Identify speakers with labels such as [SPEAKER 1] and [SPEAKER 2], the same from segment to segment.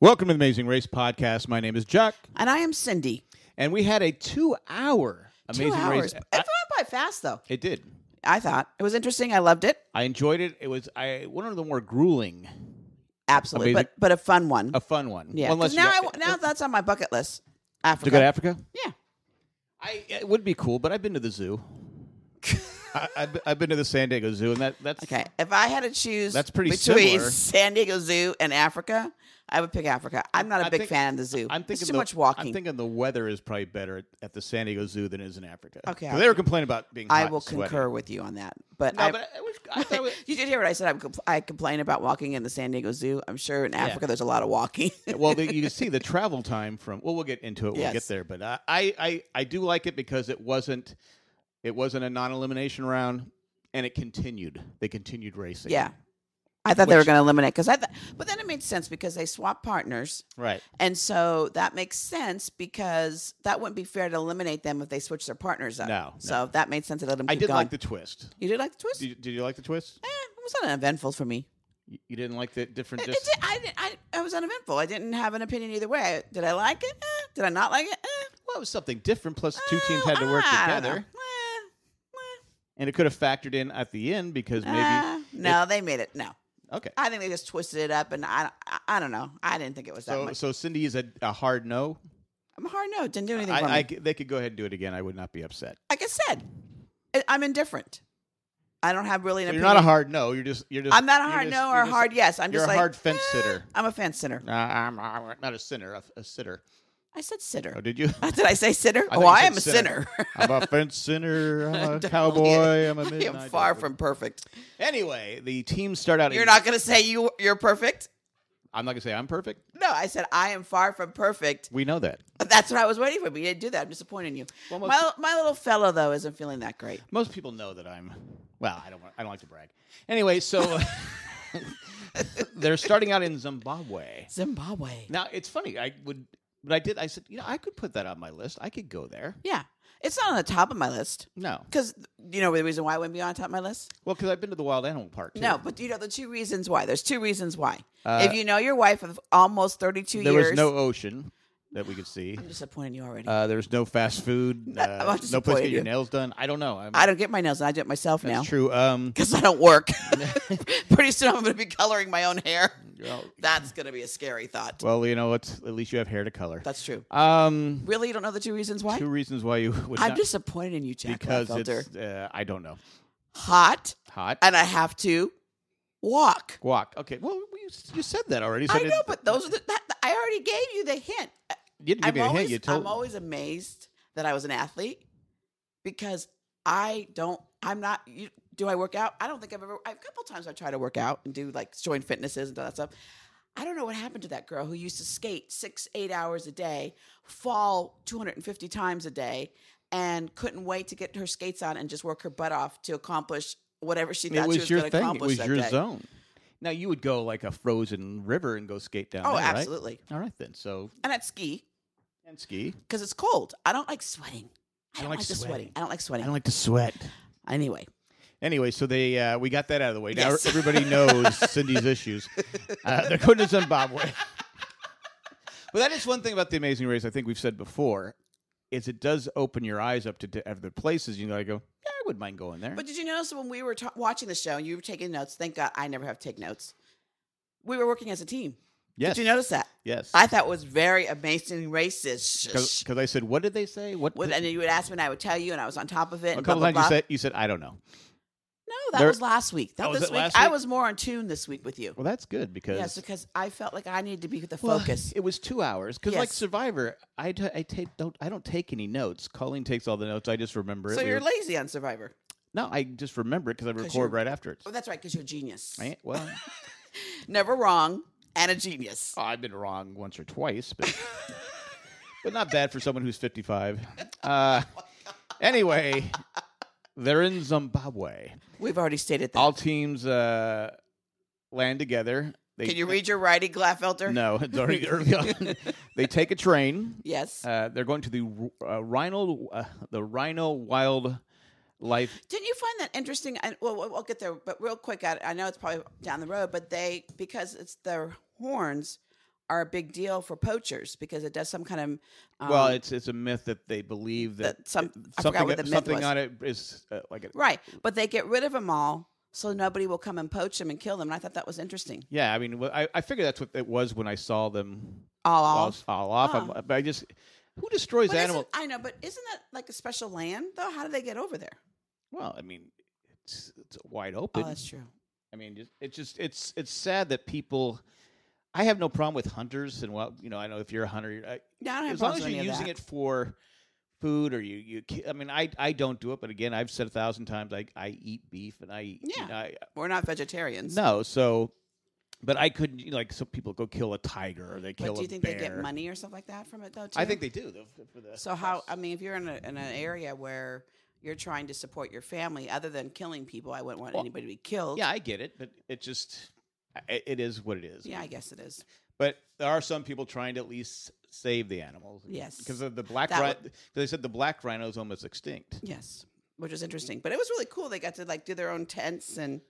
[SPEAKER 1] Welcome to the Amazing Race Podcast. My name is Jack,
[SPEAKER 2] And I am Cindy.
[SPEAKER 1] and we had a two-hour Amazing
[SPEAKER 2] Two hours.
[SPEAKER 1] Race.
[SPEAKER 2] It
[SPEAKER 1] I-
[SPEAKER 2] went by fast, though.
[SPEAKER 1] it did.
[SPEAKER 2] I thought it was interesting. I loved it.
[SPEAKER 1] I enjoyed it. It was I one of the more grueling,
[SPEAKER 2] Absolutely,
[SPEAKER 1] Amazing.
[SPEAKER 2] but but a fun one.
[SPEAKER 1] a fun one.
[SPEAKER 2] yeah.
[SPEAKER 1] One less
[SPEAKER 2] 'Cause now,
[SPEAKER 1] you
[SPEAKER 2] I
[SPEAKER 1] got-
[SPEAKER 2] wa- now that's on my bucket list.
[SPEAKER 1] to
[SPEAKER 2] Africa.
[SPEAKER 1] go to Africa.
[SPEAKER 2] yeah.
[SPEAKER 1] I it would be cool, but I've been to the zoo. I, I've, been- I've been to the San Diego Zoo, and that that's
[SPEAKER 2] Okay. If I had to choose,
[SPEAKER 1] That's pretty
[SPEAKER 2] between
[SPEAKER 1] similar.
[SPEAKER 2] San Diego Zoo and Africa. I would pick Africa. I'm not a
[SPEAKER 1] I
[SPEAKER 2] big
[SPEAKER 1] think-
[SPEAKER 2] fan of the zoo.
[SPEAKER 1] I'm thinking
[SPEAKER 2] it's too
[SPEAKER 1] the-
[SPEAKER 2] much walking.
[SPEAKER 1] I'm thinking the weather is probably better at, at the San Diego Zoo than it is in Africa.
[SPEAKER 2] Okay.
[SPEAKER 1] 'Cause they were complaining about being.
[SPEAKER 2] I
[SPEAKER 1] hot
[SPEAKER 2] will
[SPEAKER 1] and sweaty.
[SPEAKER 2] concur with you on that. But
[SPEAKER 1] No,
[SPEAKER 2] I,
[SPEAKER 1] but I, was, I thought it was,
[SPEAKER 2] you did hear what I said. I'm compl- I complain about walking in the San Diego Zoo. I'm sure in Africa there's a lot of walking.
[SPEAKER 1] well, the, you can see the travel time from. Well, we'll get into it when we
[SPEAKER 2] Yes.
[SPEAKER 1] get there. But I, I, I, I do like it because it wasn't, it wasn't a non-elimination round, and it continued. They continued racing.
[SPEAKER 2] yeah. I thought they were
[SPEAKER 1] Which-
[SPEAKER 2] going to eliminate because I thought, but then it made sense because they swap partners.
[SPEAKER 1] Right.
[SPEAKER 2] And so that makes sense because that wouldn't be fair to eliminate them if they switch their partners up.
[SPEAKER 1] No,
[SPEAKER 2] So that made sense to let them keep
[SPEAKER 1] I did
[SPEAKER 2] going.
[SPEAKER 1] like the twist.
[SPEAKER 2] you did like the twist?
[SPEAKER 1] Did you, did you like the twist?
[SPEAKER 2] eh, it was uneventful for me.
[SPEAKER 1] You- You didn't like the different.
[SPEAKER 2] It, it
[SPEAKER 1] Just
[SPEAKER 2] did- I, didn't- I, I was uneventful. I didn't have an opinion either way. Did I like it? Eh. Did I not like it? Eh.
[SPEAKER 1] well, it was something different. Plus, two teams had to work
[SPEAKER 2] I don't
[SPEAKER 1] together,
[SPEAKER 2] know. Eh, eh,
[SPEAKER 1] and it could have factored in at the end because maybe.
[SPEAKER 2] ah, no, they made it. No.
[SPEAKER 1] okay.
[SPEAKER 2] I think they just twisted it up, and I, I, I don't know. I didn't think it was that
[SPEAKER 1] So,
[SPEAKER 2] much.
[SPEAKER 1] so Cindy is a, a hard no.
[SPEAKER 2] I'm hard no. Didn't do anything
[SPEAKER 1] I,
[SPEAKER 2] for me.
[SPEAKER 1] I c- they could go ahead and do it again. I would not be upset.
[SPEAKER 2] like I said, I- I'm indifferent. I don't have really an
[SPEAKER 1] So you're
[SPEAKER 2] opinion.
[SPEAKER 1] not a hard no. You're just you're just.
[SPEAKER 2] I'm not a
[SPEAKER 1] you're
[SPEAKER 2] hard
[SPEAKER 1] just-
[SPEAKER 2] no
[SPEAKER 1] you're
[SPEAKER 2] or a
[SPEAKER 1] just-
[SPEAKER 2] hard yes. I'm
[SPEAKER 1] you're
[SPEAKER 2] just
[SPEAKER 1] a
[SPEAKER 2] like
[SPEAKER 1] hard fence
[SPEAKER 2] "Eh,
[SPEAKER 1] sitter.
[SPEAKER 2] I'm a fence sitter.
[SPEAKER 1] Uh, I'm, I'm not a sinner, a, a sitter.
[SPEAKER 2] I said sitter.
[SPEAKER 1] Oh, did you?
[SPEAKER 2] Did I say sitter?
[SPEAKER 1] I thought
[SPEAKER 2] oh,
[SPEAKER 1] you
[SPEAKER 2] I
[SPEAKER 1] said
[SPEAKER 2] am a
[SPEAKER 1] sinner.
[SPEAKER 2] sinner.
[SPEAKER 1] I'm a fence sinner. I'm a
[SPEAKER 2] Definitely.
[SPEAKER 1] cowboy. I'm a
[SPEAKER 2] I
[SPEAKER 1] midnight.
[SPEAKER 2] am far
[SPEAKER 1] cowboy.
[SPEAKER 2] from perfect.
[SPEAKER 1] Anyway, the teams start out.
[SPEAKER 2] You're
[SPEAKER 1] in-
[SPEAKER 2] not going to say you you're perfect.
[SPEAKER 1] I'm not gonna say I'm perfect.
[SPEAKER 2] No, I said I am far from perfect.
[SPEAKER 1] We know that.
[SPEAKER 2] That's what I was waiting for. But you didn't do that. I'm disappointed in you.
[SPEAKER 1] Well, most-
[SPEAKER 2] my my little fellow though isn't feeling that great.
[SPEAKER 1] Most people know that I'm. Well, I don't. want- I don't like to brag. Anyway, so they're starting out in Zimbabwe.
[SPEAKER 2] Zimbabwe.
[SPEAKER 1] Now it's funny. I would. But I did. I said, you know, I could put that on my list. I could go there.
[SPEAKER 2] Yeah, it's not on the top of my list
[SPEAKER 1] No.
[SPEAKER 2] because you know the reason why it wouldn't be on top of my list.
[SPEAKER 1] Well, because I've been to the wild animal park. Too.
[SPEAKER 2] No, but you know the two reasons why. There's two reasons why.
[SPEAKER 1] Uh,
[SPEAKER 2] if you know your wife of almost 32
[SPEAKER 1] there
[SPEAKER 2] years,
[SPEAKER 1] was no ocean that we could see.
[SPEAKER 2] I'm disappointed in you already.
[SPEAKER 1] Uh, there was no fast food.
[SPEAKER 2] I'm
[SPEAKER 1] Uh, no place to
[SPEAKER 2] disappointed
[SPEAKER 1] get your
[SPEAKER 2] you.
[SPEAKER 1] nails done. I don't know. I'm,
[SPEAKER 2] I don't get my nails, and I do it myself
[SPEAKER 1] that's
[SPEAKER 2] now
[SPEAKER 1] true. Um,
[SPEAKER 2] because I don't work. Pretty soon I'm going to be coloring my own hair.
[SPEAKER 1] well,
[SPEAKER 2] That's going to be a scary thought.
[SPEAKER 1] well, you know what? At least you have hair to color.
[SPEAKER 2] That's true.
[SPEAKER 1] Um,
[SPEAKER 2] Really, you don't know the two reasons why?
[SPEAKER 1] two reasons why you would
[SPEAKER 2] I'm
[SPEAKER 1] not,
[SPEAKER 2] disappointed in you, Jack
[SPEAKER 1] because
[SPEAKER 2] Leffelter.
[SPEAKER 1] it's uh, I don't know
[SPEAKER 2] Hot,
[SPEAKER 1] hot
[SPEAKER 2] and I have to walk.
[SPEAKER 1] guac. Okay, well you, you said that already. So
[SPEAKER 2] I know,
[SPEAKER 1] didn't-
[SPEAKER 2] but those are the. That, I already gave you the hint.
[SPEAKER 1] you didn't give
[SPEAKER 2] I'm
[SPEAKER 1] me a
[SPEAKER 2] always,
[SPEAKER 1] hint. You told
[SPEAKER 2] I'm always amazed that I was an athlete because I don't. I'm not. You, do I work out? I don't think I've ever. I've, a couple times I try to work out and do like join fitnesses and all that stuff. I don't know what happened to that girl who used to skate six, eight hours a day, fall 250 times a day, and couldn't wait to get her skates on and just work her butt off to accomplish whatever she
[SPEAKER 1] it
[SPEAKER 2] thought
[SPEAKER 1] was
[SPEAKER 2] she was
[SPEAKER 1] your
[SPEAKER 2] going to
[SPEAKER 1] thing. It
[SPEAKER 2] accomplish
[SPEAKER 1] was
[SPEAKER 2] that
[SPEAKER 1] your
[SPEAKER 2] day.
[SPEAKER 1] zone. Now you would go like a frozen river and go skate down.
[SPEAKER 2] Oh,
[SPEAKER 1] there, right?
[SPEAKER 2] absolutely.
[SPEAKER 1] All right then. So
[SPEAKER 2] And I'd ski
[SPEAKER 1] and ski.
[SPEAKER 2] because it's cold. I don't like sweating. I
[SPEAKER 1] You
[SPEAKER 2] don't
[SPEAKER 1] like
[SPEAKER 2] like, the
[SPEAKER 1] sweating.
[SPEAKER 2] sweating. I don't like
[SPEAKER 1] I
[SPEAKER 2] sweating.
[SPEAKER 1] don't like to sweat.
[SPEAKER 2] Anyway,
[SPEAKER 1] Anyway, so they uh, we got that out of the way. Now
[SPEAKER 2] Yes.
[SPEAKER 1] everybody knows Cindy's issues. Uh, they're going to Zimbabwe. but that is one thing about the Amazing Race. I think we've said before is it does open your eyes up to di- other places. You know, I go, yeah, I wouldn't mind going there.
[SPEAKER 2] But did you notice when we were ta- watching the show and you were taking notes? Thank God I never have to take notes. We were working as a team.
[SPEAKER 1] yes,
[SPEAKER 2] Did you notice that?
[SPEAKER 1] yes.
[SPEAKER 2] I thought was very amazing racist.
[SPEAKER 1] Because I said, what did they say? What?
[SPEAKER 2] Well, and then you would ask me, and I would tell you, and I was on top of it.
[SPEAKER 1] a
[SPEAKER 2] And
[SPEAKER 1] couple
[SPEAKER 2] blah,
[SPEAKER 1] times
[SPEAKER 2] blah,
[SPEAKER 1] you
[SPEAKER 2] blah.
[SPEAKER 1] said, you said, I don't know.
[SPEAKER 2] no, that
[SPEAKER 1] There-
[SPEAKER 2] was last week. That
[SPEAKER 1] Oh, was
[SPEAKER 2] this
[SPEAKER 1] it
[SPEAKER 2] week.
[SPEAKER 1] last
[SPEAKER 2] I
[SPEAKER 1] week?
[SPEAKER 2] was more on tune this week with you.
[SPEAKER 1] Well, that's good because
[SPEAKER 2] yes, because I felt like I needed to be with the
[SPEAKER 1] Well,
[SPEAKER 2] focus.
[SPEAKER 1] it was two hours because, like
[SPEAKER 2] Yes.
[SPEAKER 1] Survivor, I, t- I take don't I don't take any notes. Colleen takes all the notes. I just remember
[SPEAKER 2] so
[SPEAKER 1] it. We
[SPEAKER 2] you're
[SPEAKER 1] were-
[SPEAKER 2] lazy on Survivor.
[SPEAKER 1] No, I just remember it because I
[SPEAKER 2] 'Cause
[SPEAKER 1] record
[SPEAKER 2] you're-
[SPEAKER 1] right afterwards.
[SPEAKER 2] Well, that's right, because you're a genius.
[SPEAKER 1] Right? Well,
[SPEAKER 2] Never wrong and a genius.
[SPEAKER 1] oh, I've been wrong once or twice, but but not bad for someone who's fifty-five. Uh, anyway, they're in Zimbabwe.
[SPEAKER 2] We've already stated that.
[SPEAKER 1] All teams uh, land together. They,
[SPEAKER 2] Can you read your writing, Glafelter?
[SPEAKER 1] No, it's already early on. they take a train.
[SPEAKER 2] Yes.
[SPEAKER 1] Uh, they're going to the uh, Rhino, uh, the Rhino Wildlife
[SPEAKER 2] Didn't you find that interesting? And well, we'll we'll get there, but real quick, I, I know it's probably down the road, but they because it's their horns are a big deal for poachers because it does some kind of um,
[SPEAKER 1] well, it's it's a myth that they believe that,
[SPEAKER 2] that some I
[SPEAKER 1] something
[SPEAKER 2] forgot what the myth
[SPEAKER 1] something
[SPEAKER 2] was.
[SPEAKER 1] on it is uh, like a,
[SPEAKER 2] Right, but they get rid of them all so nobody will come and poach them and kill them. And I thought that was interesting.
[SPEAKER 1] yeah. I mean, well, I I figure that's what it was when I saw them
[SPEAKER 2] All
[SPEAKER 1] all
[SPEAKER 2] off.
[SPEAKER 1] off. All off.
[SPEAKER 2] Huh.
[SPEAKER 1] I'm- but I just who destroys
[SPEAKER 2] But
[SPEAKER 1] animals?
[SPEAKER 2] isn't- I know, but isn't that like a special land though? How do they get over there?
[SPEAKER 1] Well, I mean, it's, it's wide
[SPEAKER 2] Oh,
[SPEAKER 1] open.
[SPEAKER 2] that's true.
[SPEAKER 1] I mean, just, it's just it's it's sad that people. I have no problem with hunters, and well, you know, I know if you're a hunter, you're, I,
[SPEAKER 2] Yeah, I don't have
[SPEAKER 1] as long
[SPEAKER 2] problems
[SPEAKER 1] as
[SPEAKER 2] with
[SPEAKER 1] you're
[SPEAKER 2] any of
[SPEAKER 1] using
[SPEAKER 2] that.
[SPEAKER 1] it for food or you you. ki- I mean, I I don't do it, but again, I've said a thousand times, I I eat beef and I eat-
[SPEAKER 2] Yeah.
[SPEAKER 1] I,
[SPEAKER 2] We're not vegetarians.
[SPEAKER 1] no, so. But I couldn't you know, like some people go kill a tiger or they kill
[SPEAKER 2] But do you
[SPEAKER 1] a
[SPEAKER 2] think
[SPEAKER 1] bear.
[SPEAKER 2] they get money or stuff like that from it though? Too?
[SPEAKER 1] I think they do. though, f- for the-
[SPEAKER 2] So how? I
[SPEAKER 1] yes.
[SPEAKER 2] mean, if you're in, a, in an area where you're trying to support your family, other than killing people, I wouldn't want
[SPEAKER 1] Well,
[SPEAKER 2] anybody to be killed.
[SPEAKER 1] yeah, I get it, but it just i it is what it is.
[SPEAKER 2] yeah, I guess it is.
[SPEAKER 1] But there are some people trying to at least save the animals.
[SPEAKER 2] Yes.
[SPEAKER 1] because of the black
[SPEAKER 2] That
[SPEAKER 1] rhino.
[SPEAKER 2] would-
[SPEAKER 1] they said the black rhino is almost extinct.
[SPEAKER 2] Yes, which is interesting. But it was really cool. They got to like do their own tents and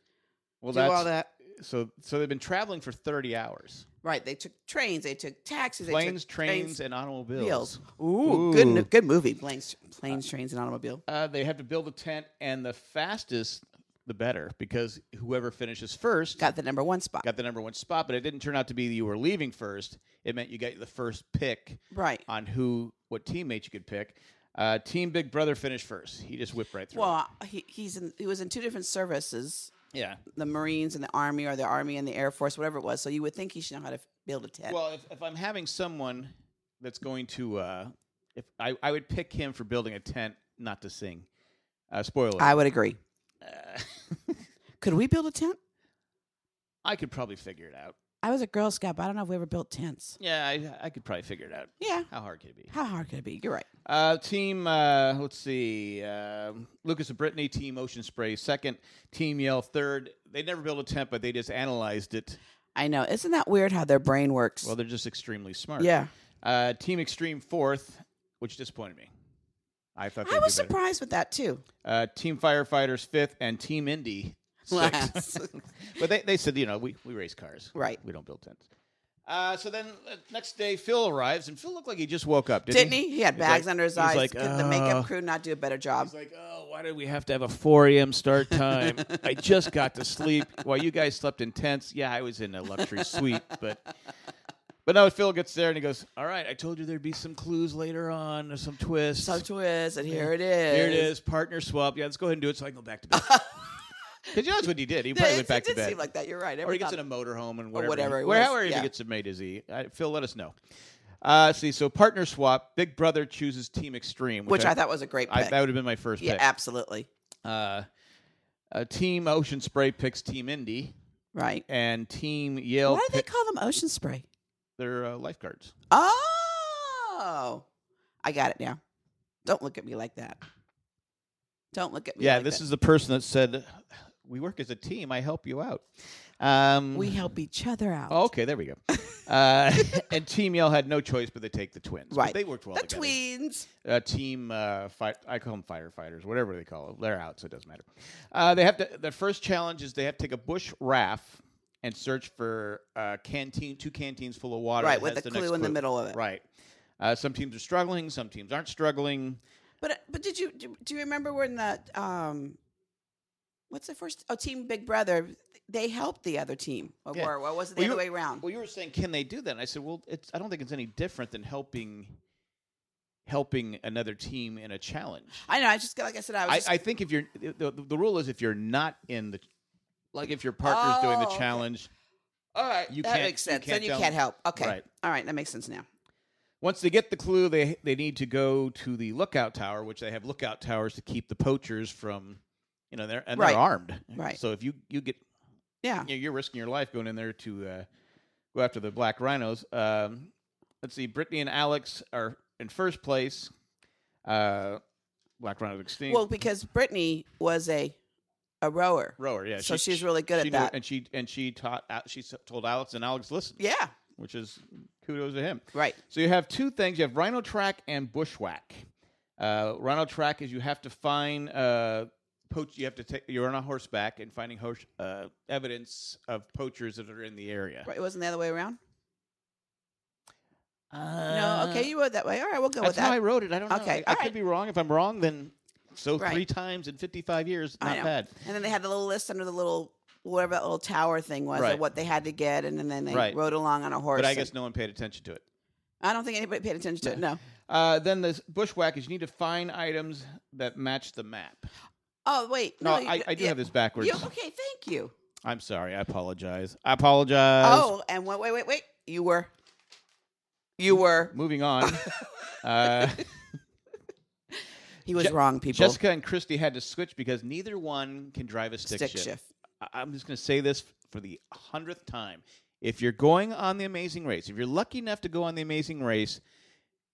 [SPEAKER 1] Well,
[SPEAKER 2] do all that.
[SPEAKER 1] So, so they've been traveling for thirty hours.
[SPEAKER 2] Right. They took trains. They took taxis.
[SPEAKER 1] Planes,
[SPEAKER 2] they took trains,
[SPEAKER 1] trains, and automobiles.
[SPEAKER 2] automobiles. Ooh, good
[SPEAKER 1] Ooh.
[SPEAKER 2] good, good movie. Planes, planes, trains, and automobile.
[SPEAKER 1] Uh, they have to build a tent, and the fastest, the better, because whoever finishes first
[SPEAKER 2] Got the number one spot.
[SPEAKER 1] got the number one spot. But it didn't turn out to be that you were leaving first. It meant you got the first pick
[SPEAKER 2] right.
[SPEAKER 1] on who, what teammates you could pick. Uh, Team Big Brother finished first. He just whipped right through.
[SPEAKER 2] Well, he, he's in, he was in two different services.
[SPEAKER 1] yeah.
[SPEAKER 2] the Marines and the Army or the Army and the Air Force, whatever it was. So you would think he should know how to f- build a tent.
[SPEAKER 1] Well, if, if I'm having someone that's going to, uh, if I, I would pick him for building a tent, not to sing. Uh, spoiler.
[SPEAKER 2] I would agree.
[SPEAKER 1] Uh,
[SPEAKER 2] Could we build a tent?
[SPEAKER 1] I could probably figure it out.
[SPEAKER 2] I was a Girl Scout, but I don't know if we ever built tents.
[SPEAKER 1] Yeah, I, I could probably figure it out.
[SPEAKER 2] Yeah.
[SPEAKER 1] How hard could it be?
[SPEAKER 2] How hard could it be? You're right.
[SPEAKER 1] Uh, team, uh, let's see, uh, Lucas and Brittany, Team Ocean Spray, second. Team Yell, third. They never built a tent, but they just analyzed it.
[SPEAKER 2] I know. Isn't that weird how their brain works?
[SPEAKER 1] Well, they're just extremely smart.
[SPEAKER 2] yeah.
[SPEAKER 1] Uh, team Extreme, fourth, which disappointed me. I thought they'd
[SPEAKER 2] I
[SPEAKER 1] do
[SPEAKER 2] was
[SPEAKER 1] better.
[SPEAKER 2] surprised with that too.
[SPEAKER 1] uh, Team Firefighters fifth, and Team Indy sixth.
[SPEAKER 2] Last.
[SPEAKER 1] but they, they said, you know, we, we race cars.
[SPEAKER 2] Right.
[SPEAKER 1] We don't build tents. Uh, so then uh, next day, Phil arrives, and Phil looked like he just woke up, didn't,
[SPEAKER 2] Didn't he? He had
[SPEAKER 1] He's
[SPEAKER 2] bags
[SPEAKER 1] like-
[SPEAKER 2] under his
[SPEAKER 1] he's
[SPEAKER 2] eyes.
[SPEAKER 1] like,
[SPEAKER 2] Could the makeup
[SPEAKER 1] "Oh."
[SPEAKER 2] crew not do a better job?
[SPEAKER 1] He's like, oh, why did we have to have a 4 a.m. start time? I just got to sleep while you guys slept in tents. Yeah, I was in a luxury suite, but. But no, Phil gets there and he goes, All right, I told you there'd be some clues later on or some twist.
[SPEAKER 2] so twist, and here it is.
[SPEAKER 1] Here it is, partner swap. Yeah, let's go ahead and do it so I can go back to bed. Because you know that's what he did. He
[SPEAKER 2] Yeah,
[SPEAKER 1] probably
[SPEAKER 2] it,
[SPEAKER 1] went back
[SPEAKER 2] it
[SPEAKER 1] to
[SPEAKER 2] did
[SPEAKER 1] bed.
[SPEAKER 2] seem like that. You're right.
[SPEAKER 1] or he
[SPEAKER 2] Every
[SPEAKER 1] gets in
[SPEAKER 2] time-
[SPEAKER 1] a motorhome and wherever.
[SPEAKER 2] whatever
[SPEAKER 1] he,
[SPEAKER 2] it
[SPEAKER 1] where,
[SPEAKER 2] was,
[SPEAKER 1] however he
[SPEAKER 2] yeah.
[SPEAKER 1] gets to made is he? Uh, Phil, let us know. Uh, see, so partner swap. Big Brother chooses Team Extreme,
[SPEAKER 2] which I, thought was a great
[SPEAKER 1] I-
[SPEAKER 2] pick.
[SPEAKER 1] that would have been my first
[SPEAKER 2] yeah,
[SPEAKER 1] pick.
[SPEAKER 2] absolutely.
[SPEAKER 1] Uh, uh, Team Ocean Spray picks Team Indy,
[SPEAKER 2] Right.
[SPEAKER 1] and Team Yale
[SPEAKER 2] Why do they
[SPEAKER 1] pick
[SPEAKER 2] call them ocean spray?
[SPEAKER 1] their uh, lifeguards.
[SPEAKER 2] Oh, I got it now. Don't look at me like that. Don't look at me.
[SPEAKER 1] Yeah,
[SPEAKER 2] like
[SPEAKER 1] this
[SPEAKER 2] that.
[SPEAKER 1] is the person that said, "We work as a team. I help you out." Um,
[SPEAKER 2] We help each other out.
[SPEAKER 1] Oh, okay, there we go. Uh, and Team Yale had no choice but to take the twins. But
[SPEAKER 2] Right.
[SPEAKER 1] they worked well
[SPEAKER 2] the
[SPEAKER 1] together.
[SPEAKER 2] tweens.
[SPEAKER 1] Uh, team, uh, fi- I call them firefighters, whatever they call it. They're out, so it doesn't matter. Uh, they have to. The first challenge is they have to take a bush raft and search for uh, canteen, two canteens full of water.
[SPEAKER 2] Right,
[SPEAKER 1] that
[SPEAKER 2] with
[SPEAKER 1] has
[SPEAKER 2] the
[SPEAKER 1] next
[SPEAKER 2] clue in the middle of it.
[SPEAKER 1] Right. Uh, some teams are struggling. Some teams aren't struggling.
[SPEAKER 2] But but did you do, do you remember when the um, what's the first? Oh, Team Big Brother. They helped the other team. Or,
[SPEAKER 1] Yeah.
[SPEAKER 2] or what was it the
[SPEAKER 1] Well, you-
[SPEAKER 2] other way around?
[SPEAKER 1] Well, you were saying, can they do that? And I said, well, it's, I don't think it's any different than helping helping another team in a challenge.
[SPEAKER 2] I know. I just got like I said. I was.
[SPEAKER 1] I,
[SPEAKER 2] just-
[SPEAKER 1] I think if you're the, the, the rule is if you're not in the like if your partner's doing
[SPEAKER 2] Oh,
[SPEAKER 1] the
[SPEAKER 2] okay.
[SPEAKER 1] challenge
[SPEAKER 2] all right.
[SPEAKER 1] you
[SPEAKER 2] that
[SPEAKER 1] can't-
[SPEAKER 2] makes
[SPEAKER 1] you
[SPEAKER 2] sense.
[SPEAKER 1] can't
[SPEAKER 2] then you
[SPEAKER 1] tell
[SPEAKER 2] can't
[SPEAKER 1] them-
[SPEAKER 2] help. Okay.
[SPEAKER 1] Right.
[SPEAKER 2] All right. That makes sense now.
[SPEAKER 1] once they get the clue they they need to go to the lookout tower which they have lookout towers to keep the poachers from you know they're and
[SPEAKER 2] Right.
[SPEAKER 1] they're armed
[SPEAKER 2] Right.
[SPEAKER 1] so if you you get
[SPEAKER 2] Yeah.
[SPEAKER 1] you know, you're risking your life going in there to uh, go after the black rhinos um, let's see Brittany and Alex are in first place uh, black rhinos extinct
[SPEAKER 2] Well, because Brittany was a a rower,
[SPEAKER 1] rower yeah
[SPEAKER 2] so
[SPEAKER 1] she-
[SPEAKER 2] she's really good
[SPEAKER 1] she
[SPEAKER 2] at
[SPEAKER 1] knew-
[SPEAKER 2] that.
[SPEAKER 1] and she and she taught Al- she s- told Alex and Alex listened
[SPEAKER 2] yeah.
[SPEAKER 1] which is kudos to him.
[SPEAKER 2] Right.
[SPEAKER 1] So you have two things: you have Rhino Track and Bushwhack. Uh, rhino Track is you have to find uh, poach. You have to take. You're on a horseback and finding horse, uh, evidence of poachers that are in the area.
[SPEAKER 2] Right, It wasn't the other way around.
[SPEAKER 1] Uh,
[SPEAKER 2] no, okay, you wrote that way. All right, we'll go
[SPEAKER 1] That's
[SPEAKER 2] with
[SPEAKER 1] how
[SPEAKER 2] that.
[SPEAKER 1] I wrote it. I don't know.
[SPEAKER 2] Okay,
[SPEAKER 1] I, I
[SPEAKER 2] all
[SPEAKER 1] could
[SPEAKER 2] right.
[SPEAKER 1] be wrong. If I'm wrong, then so
[SPEAKER 2] Right.
[SPEAKER 1] three times in 55 years,
[SPEAKER 2] I
[SPEAKER 1] not
[SPEAKER 2] know.
[SPEAKER 1] bad.
[SPEAKER 2] and then they had the little list under the little whatever that little tower thing was
[SPEAKER 1] Right.
[SPEAKER 2] of what they had to get, and, then they
[SPEAKER 1] Right.
[SPEAKER 2] rode along on a horse.
[SPEAKER 1] But I
[SPEAKER 2] and-
[SPEAKER 1] guess no one paid attention to it.
[SPEAKER 2] I don't think anybody paid attention to it. No.
[SPEAKER 1] Uh, then this bushwhackers, you need to find items that match the map.
[SPEAKER 2] Oh wait,
[SPEAKER 1] No,
[SPEAKER 2] you-
[SPEAKER 1] I, I do
[SPEAKER 2] yeah.
[SPEAKER 1] have this backwards.
[SPEAKER 2] You, okay, thank you.
[SPEAKER 1] I'm sorry. I apologize. I apologize.
[SPEAKER 2] oh, and wait, wait, wait, wait. You were, you
[SPEAKER 1] Mm,
[SPEAKER 2] were.
[SPEAKER 1] Moving on. uh,
[SPEAKER 2] He was
[SPEAKER 1] Je-
[SPEAKER 2] wrong, people.
[SPEAKER 1] Jessica and Christy had to switch because neither one can drive a stick,
[SPEAKER 2] stick
[SPEAKER 1] shift.
[SPEAKER 2] shift.
[SPEAKER 1] I- I'm just going to say this for the hundredth time. If you're going on the Amazing Race, if you're lucky enough to go on the Amazing Race,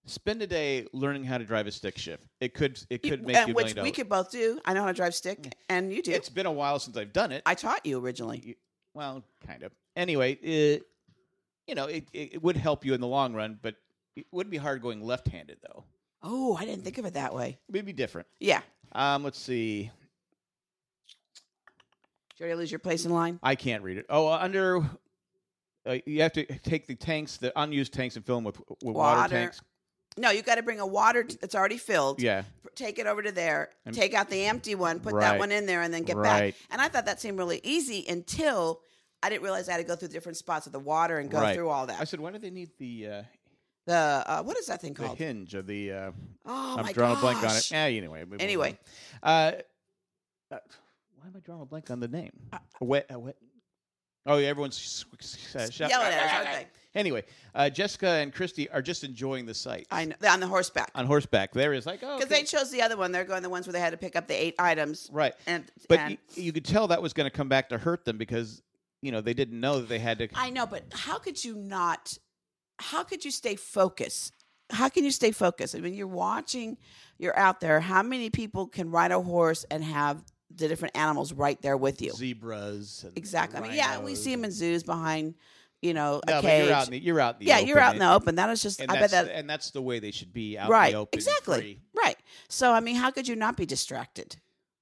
[SPEAKER 1] spend a day learning how to drive a stick shift. It could it could make
[SPEAKER 2] and
[SPEAKER 1] you a
[SPEAKER 2] which
[SPEAKER 1] million
[SPEAKER 2] we
[SPEAKER 1] dollars. Mm.
[SPEAKER 2] could both do. I know how to drive stick, and you do.
[SPEAKER 1] It's been a while since I've done it.
[SPEAKER 2] I taught you originally.
[SPEAKER 1] well, kind of. Anyway, it, you know, it, it it would help you in the long run, but it would be hard going left-handed though.
[SPEAKER 2] Oh, I didn't think of it that way.
[SPEAKER 1] It would be different.
[SPEAKER 2] Yeah.
[SPEAKER 1] Um, let's see.
[SPEAKER 2] Did you already lose your place in line?
[SPEAKER 1] I can't read it. Oh, uh, under. Uh, you have to take the tanks, the unused tanks, and fill them with, with water.
[SPEAKER 2] Water.
[SPEAKER 1] tanks.
[SPEAKER 2] No, you got to bring a water t- that's already filled.
[SPEAKER 1] Yeah,
[SPEAKER 2] p- Take it over to there.
[SPEAKER 1] And-
[SPEAKER 2] Take out the empty one. Put
[SPEAKER 1] Right.
[SPEAKER 2] that one in there, and then get
[SPEAKER 1] right.
[SPEAKER 2] back. And I thought that seemed really easy until I didn't realize I had to go through different spots of the water and go
[SPEAKER 1] Right.
[SPEAKER 2] through all
[SPEAKER 1] I
[SPEAKER 2] that.
[SPEAKER 1] said, why do they need the uh,
[SPEAKER 2] The uh, what is that thing
[SPEAKER 1] the
[SPEAKER 2] called?
[SPEAKER 1] hinge or the? Uh,
[SPEAKER 2] Oh my
[SPEAKER 1] I'm drawing a blank on it.
[SPEAKER 2] gosh.
[SPEAKER 1] Yeah, anyway. we- we-
[SPEAKER 2] Anyway.
[SPEAKER 1] uh, uh, why am I drawing a blank on the name?
[SPEAKER 2] Uh,
[SPEAKER 1] a wet, a wet. Oh, yeah, everyone's squ- squ- uh, shout-
[SPEAKER 2] Yelling at us, aren't they?
[SPEAKER 1] Anyway, uh, Jessica and Christy are just enjoying the sight
[SPEAKER 2] I know they're on the horseback
[SPEAKER 1] on horseback. There is like, oh,
[SPEAKER 2] because
[SPEAKER 1] okay.
[SPEAKER 2] they chose the other one. They're going the ones where they had to pick up the eight items.
[SPEAKER 1] right.
[SPEAKER 2] And
[SPEAKER 1] But
[SPEAKER 2] and-
[SPEAKER 1] y- you could tell that was going to come back to hurt them because you know they didn't know that they had to.
[SPEAKER 2] I know, but how could you not? How could you stay focused? How can you stay focused? I mean, you're watching, you're out there. How many people can ride a horse and have the different animals right there with you?
[SPEAKER 1] zebras. And
[SPEAKER 2] Exactly. I mean, yeah, we
[SPEAKER 1] rhinos
[SPEAKER 2] see them in
[SPEAKER 1] and-
[SPEAKER 2] zoos behind, you know, a
[SPEAKER 1] No, but
[SPEAKER 2] cage.
[SPEAKER 1] you're out in the you're out in the
[SPEAKER 2] yeah,
[SPEAKER 1] open
[SPEAKER 2] you're out in
[SPEAKER 1] and-
[SPEAKER 2] the open. That is just.
[SPEAKER 1] And
[SPEAKER 2] I bet
[SPEAKER 1] that's,
[SPEAKER 2] that.
[SPEAKER 1] and that's the way they should be out in
[SPEAKER 2] right.
[SPEAKER 1] the open. and
[SPEAKER 2] exactly.
[SPEAKER 1] free.
[SPEAKER 2] Right. So, I mean, how could you not be distracted?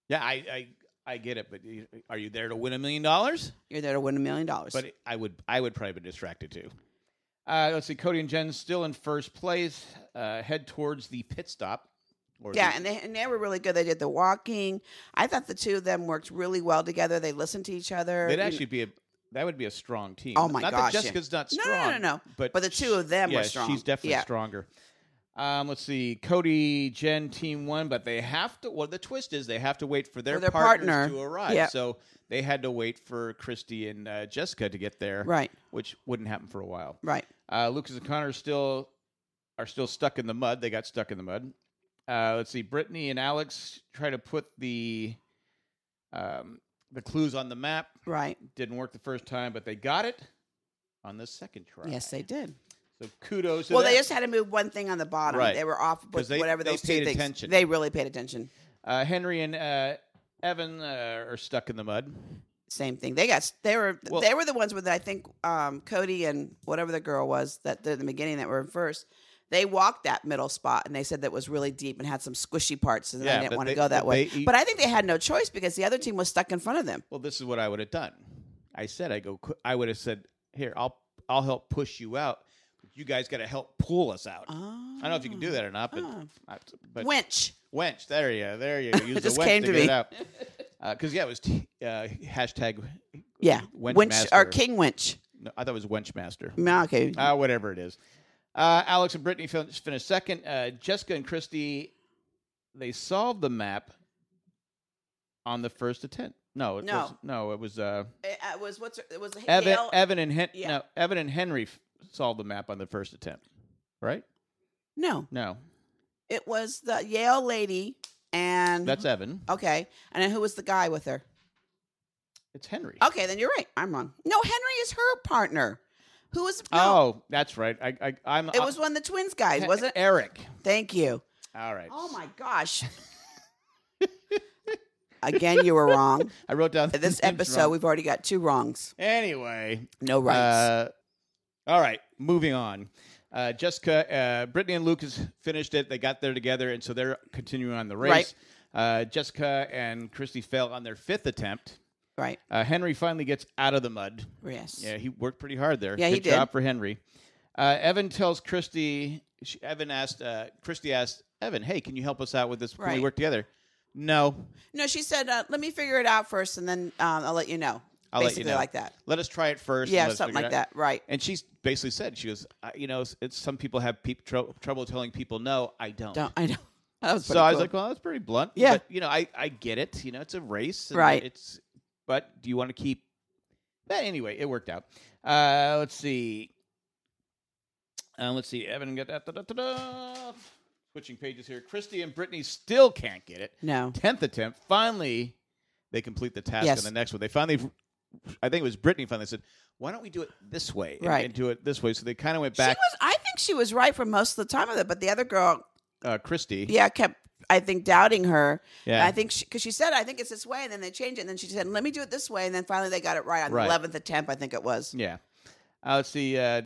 [SPEAKER 1] Yeah, I, I I get it, but you- are you there to win a million dollars?
[SPEAKER 2] You're there to win a million dollars.
[SPEAKER 1] But I would I would probably be distracted too. Uh, let's see, Cody and Jen still in first place. Uh, head towards the pit stop. Or
[SPEAKER 2] Yeah,
[SPEAKER 1] the-
[SPEAKER 2] and they and they were really good. They did the walking. I thought the two of them worked really well together. They listened to each other.
[SPEAKER 1] they'd
[SPEAKER 2] You-
[SPEAKER 1] actually be a that would be a strong team.
[SPEAKER 2] Oh my
[SPEAKER 1] not
[SPEAKER 2] gosh, yeah.
[SPEAKER 1] that Jessica's not
[SPEAKER 2] No, no,
[SPEAKER 1] strong.
[SPEAKER 2] no, no, no.
[SPEAKER 1] But
[SPEAKER 2] But the two of them were
[SPEAKER 1] yeah,
[SPEAKER 2] strong.
[SPEAKER 1] She's definitely
[SPEAKER 2] Yeah.
[SPEAKER 1] stronger. Um, let's see, Cody, Jen, team one, but they have to. Well, the twist is they have to wait for their,
[SPEAKER 2] their
[SPEAKER 1] partners
[SPEAKER 2] partner.
[SPEAKER 1] to arrive.
[SPEAKER 2] Yeah.
[SPEAKER 1] So they had to wait for Christy and uh, Jessica to get there,
[SPEAKER 2] Right,
[SPEAKER 1] which wouldn't happen for a while.
[SPEAKER 2] right.
[SPEAKER 1] Uh, Lucas and Connor still are still stuck in the mud. They got stuck in the mud. Uh, let's see. Brittany and Alex try to put the um, the clues on the map.
[SPEAKER 2] Right.
[SPEAKER 1] Didn't work the first time, but they got it on the second try.
[SPEAKER 2] Yes, they did.
[SPEAKER 1] So kudos. To
[SPEAKER 2] well,
[SPEAKER 1] them.
[SPEAKER 2] they just had to move one thing on the bottom.
[SPEAKER 1] Right.
[SPEAKER 2] They were off
[SPEAKER 1] 'Cause
[SPEAKER 2] with
[SPEAKER 1] they-
[SPEAKER 2] whatever
[SPEAKER 1] they
[SPEAKER 2] those
[SPEAKER 1] paid
[SPEAKER 2] two things.
[SPEAKER 1] attention.
[SPEAKER 2] They really paid attention.
[SPEAKER 1] uh, Henry and uh, Evan uh, are stuck in the mud.
[SPEAKER 2] Same thing. They got. s- They were.
[SPEAKER 1] Well-
[SPEAKER 2] they were the ones with I think um, Cody and whatever the girl was that that in the beginning that were in first. They walked that middle spot and they said that was really deep and had some squishy parts and
[SPEAKER 1] Yeah,
[SPEAKER 2] they didn't
[SPEAKER 1] but
[SPEAKER 2] want
[SPEAKER 1] they-
[SPEAKER 2] to go that
[SPEAKER 1] but
[SPEAKER 2] way.
[SPEAKER 1] they eat-
[SPEAKER 2] but I think they had no choice because the other team was stuck in front of them.
[SPEAKER 1] Well, this is what I would have done. I said I go. qu- I would have said, "Here, I'll I'll help push you out. You guys got to help pull us out." I don't know if you can do that or not, but,
[SPEAKER 2] Oh.
[SPEAKER 1] I- but
[SPEAKER 2] Winch.
[SPEAKER 1] Wench, there you go, there you go. Use
[SPEAKER 2] Just
[SPEAKER 1] the wench
[SPEAKER 2] came
[SPEAKER 1] to,
[SPEAKER 2] to
[SPEAKER 1] get
[SPEAKER 2] me.
[SPEAKER 1] it out. Because yeah, it was t- uh, hashtag.
[SPEAKER 2] Yeah.
[SPEAKER 1] Winch
[SPEAKER 2] Winch,
[SPEAKER 1] master.
[SPEAKER 2] or King Winch.
[SPEAKER 1] No, I thought it was wench master.
[SPEAKER 2] No, okay.
[SPEAKER 1] Uh, whatever it is. Uh, Alex and Brittany fin- finished second. Uh, Jessica and Christy, they solved the map on the first attempt. No, it
[SPEAKER 2] No.
[SPEAKER 1] was no, it was uh,
[SPEAKER 2] It, uh, was what's her- it was
[SPEAKER 1] Evan,
[SPEAKER 2] Gail-
[SPEAKER 1] Evan and Hen-
[SPEAKER 2] Yeah.
[SPEAKER 1] no, Evan and Henry f- solved the map on the first attempt. Right?
[SPEAKER 2] No,
[SPEAKER 1] No,
[SPEAKER 2] it was the Yale lady and
[SPEAKER 1] that's Evan.
[SPEAKER 2] okay. And then who was the guy with her?
[SPEAKER 1] It's Henry.
[SPEAKER 2] Okay, then you're right. I'm wrong. No, Henry is her partner. Who was no,
[SPEAKER 1] Oh, that's right. I, I, I'm.
[SPEAKER 2] It was one of the twins guys,
[SPEAKER 1] Oh, uh, Hen-
[SPEAKER 2] wasn't it?
[SPEAKER 1] Eric.
[SPEAKER 2] Thank you.
[SPEAKER 1] All right.
[SPEAKER 2] Oh my gosh. Again, you were wrong.
[SPEAKER 1] I wrote down
[SPEAKER 2] In This
[SPEAKER 1] names
[SPEAKER 2] episode,
[SPEAKER 1] wrong.
[SPEAKER 2] we've already got two wrongs,
[SPEAKER 1] Anyway,
[SPEAKER 2] no rights.
[SPEAKER 1] uh, all right. Moving on. Uh, Jessica, uh, Brittany, and Lucas finished it. They got there together, and so they're continuing on the race. Uh, Jessica and Christy fell on their fifth attempt.
[SPEAKER 2] right?
[SPEAKER 1] Uh, Henry finally gets out of the mud.
[SPEAKER 2] Yes.
[SPEAKER 1] Yeah, he worked pretty hard there.
[SPEAKER 2] Yeah,
[SPEAKER 1] Good
[SPEAKER 2] he did.
[SPEAKER 1] job for Henry. Uh, Evan tells Christy. She, Evan asked. Uh, Christy asked Evan, "Hey, can you help us out with this? Can
[SPEAKER 2] Right.
[SPEAKER 1] we work together?" No.
[SPEAKER 2] No, she said, uh, "Let me figure it out first, and then um, I'll let you know."
[SPEAKER 1] I'll let you
[SPEAKER 2] Basically,
[SPEAKER 1] know.
[SPEAKER 2] like that.
[SPEAKER 1] Let us try it first. and
[SPEAKER 2] Yeah,
[SPEAKER 1] let us
[SPEAKER 2] something
[SPEAKER 1] figure
[SPEAKER 2] like
[SPEAKER 1] it out.
[SPEAKER 2] that. Right.
[SPEAKER 1] And she's basically said, "She goes, I, you know, it's, it's some people have peop trou trouble telling people no. I don't.
[SPEAKER 2] Don't I know? That was
[SPEAKER 1] so
[SPEAKER 2] pretty
[SPEAKER 1] I was
[SPEAKER 2] cool.
[SPEAKER 1] like, well, that's pretty blunt.
[SPEAKER 2] Yeah.
[SPEAKER 1] But, you know, I, I get it. You know, it's a race. and
[SPEAKER 2] Right.
[SPEAKER 1] It's but do you want to keep? But anyway, it worked out. Uh, let's see. Uh, let's see. Evan got da, da, da, da, da. switching pages here. Christy and Brittany still can't get it.
[SPEAKER 2] no.
[SPEAKER 1] Tenth attempt. Finally, they complete the task
[SPEAKER 2] Yes.
[SPEAKER 1] on the next one. They finally, I think it was Brittany finally said, "Why don't we do it this way? and-
[SPEAKER 2] Right.
[SPEAKER 1] And do it this way." So they kind of went back.
[SPEAKER 2] She was. I think she was right for most of the time of it, but the other girl,
[SPEAKER 1] uh, Christy.
[SPEAKER 2] yeah, kept. I think doubting her. And
[SPEAKER 1] Yeah.
[SPEAKER 2] I think because she, said, "I think it's this way," and then they changed it, and then she said, "Let me do it this way," and then finally they got it right on
[SPEAKER 1] Right.
[SPEAKER 2] the eleventh attempt. I think it was.
[SPEAKER 1] Yeah. Uh, let's see. Uh,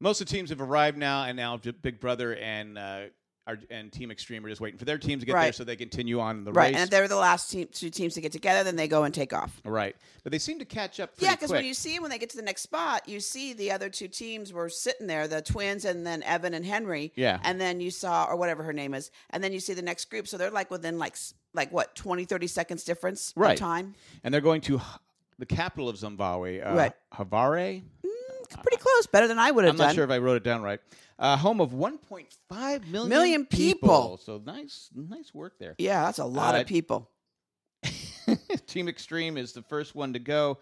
[SPEAKER 1] most of the teams have arrived now, and now J- Big Brother and uh, our, and Team Extreme are just waiting for their teams to get there
[SPEAKER 2] Right.
[SPEAKER 1] so they continue on the
[SPEAKER 2] Right, and
[SPEAKER 1] race.
[SPEAKER 2] if they were the last team, two teams to get together, then they go and take off.
[SPEAKER 1] right. But they seem to catch up pretty
[SPEAKER 2] Yeah, because
[SPEAKER 1] quick.
[SPEAKER 2] when you see when they get to the next spot, you see the other two teams were sitting there, the twins and then Evan and Henry.
[SPEAKER 1] Yeah.
[SPEAKER 2] And then you saw, or whatever her name is, and then you see the next group. So they're like within like s- like what 20, 30 seconds difference of
[SPEAKER 1] Right.
[SPEAKER 2] time.
[SPEAKER 1] and they're going to H- the capital of Zimbabwe, uh,
[SPEAKER 2] Right.
[SPEAKER 1] Havare.
[SPEAKER 2] It's pretty close, better than I would have
[SPEAKER 1] Uh, I'm
[SPEAKER 2] done.
[SPEAKER 1] not sure if I wrote it down right. Uh, home of 1.5 million,
[SPEAKER 2] Million people.
[SPEAKER 1] So nice, nice work there.
[SPEAKER 2] Yeah, that's a lot
[SPEAKER 1] Uh,
[SPEAKER 2] of people.
[SPEAKER 1] Team Extreme is the first one to go.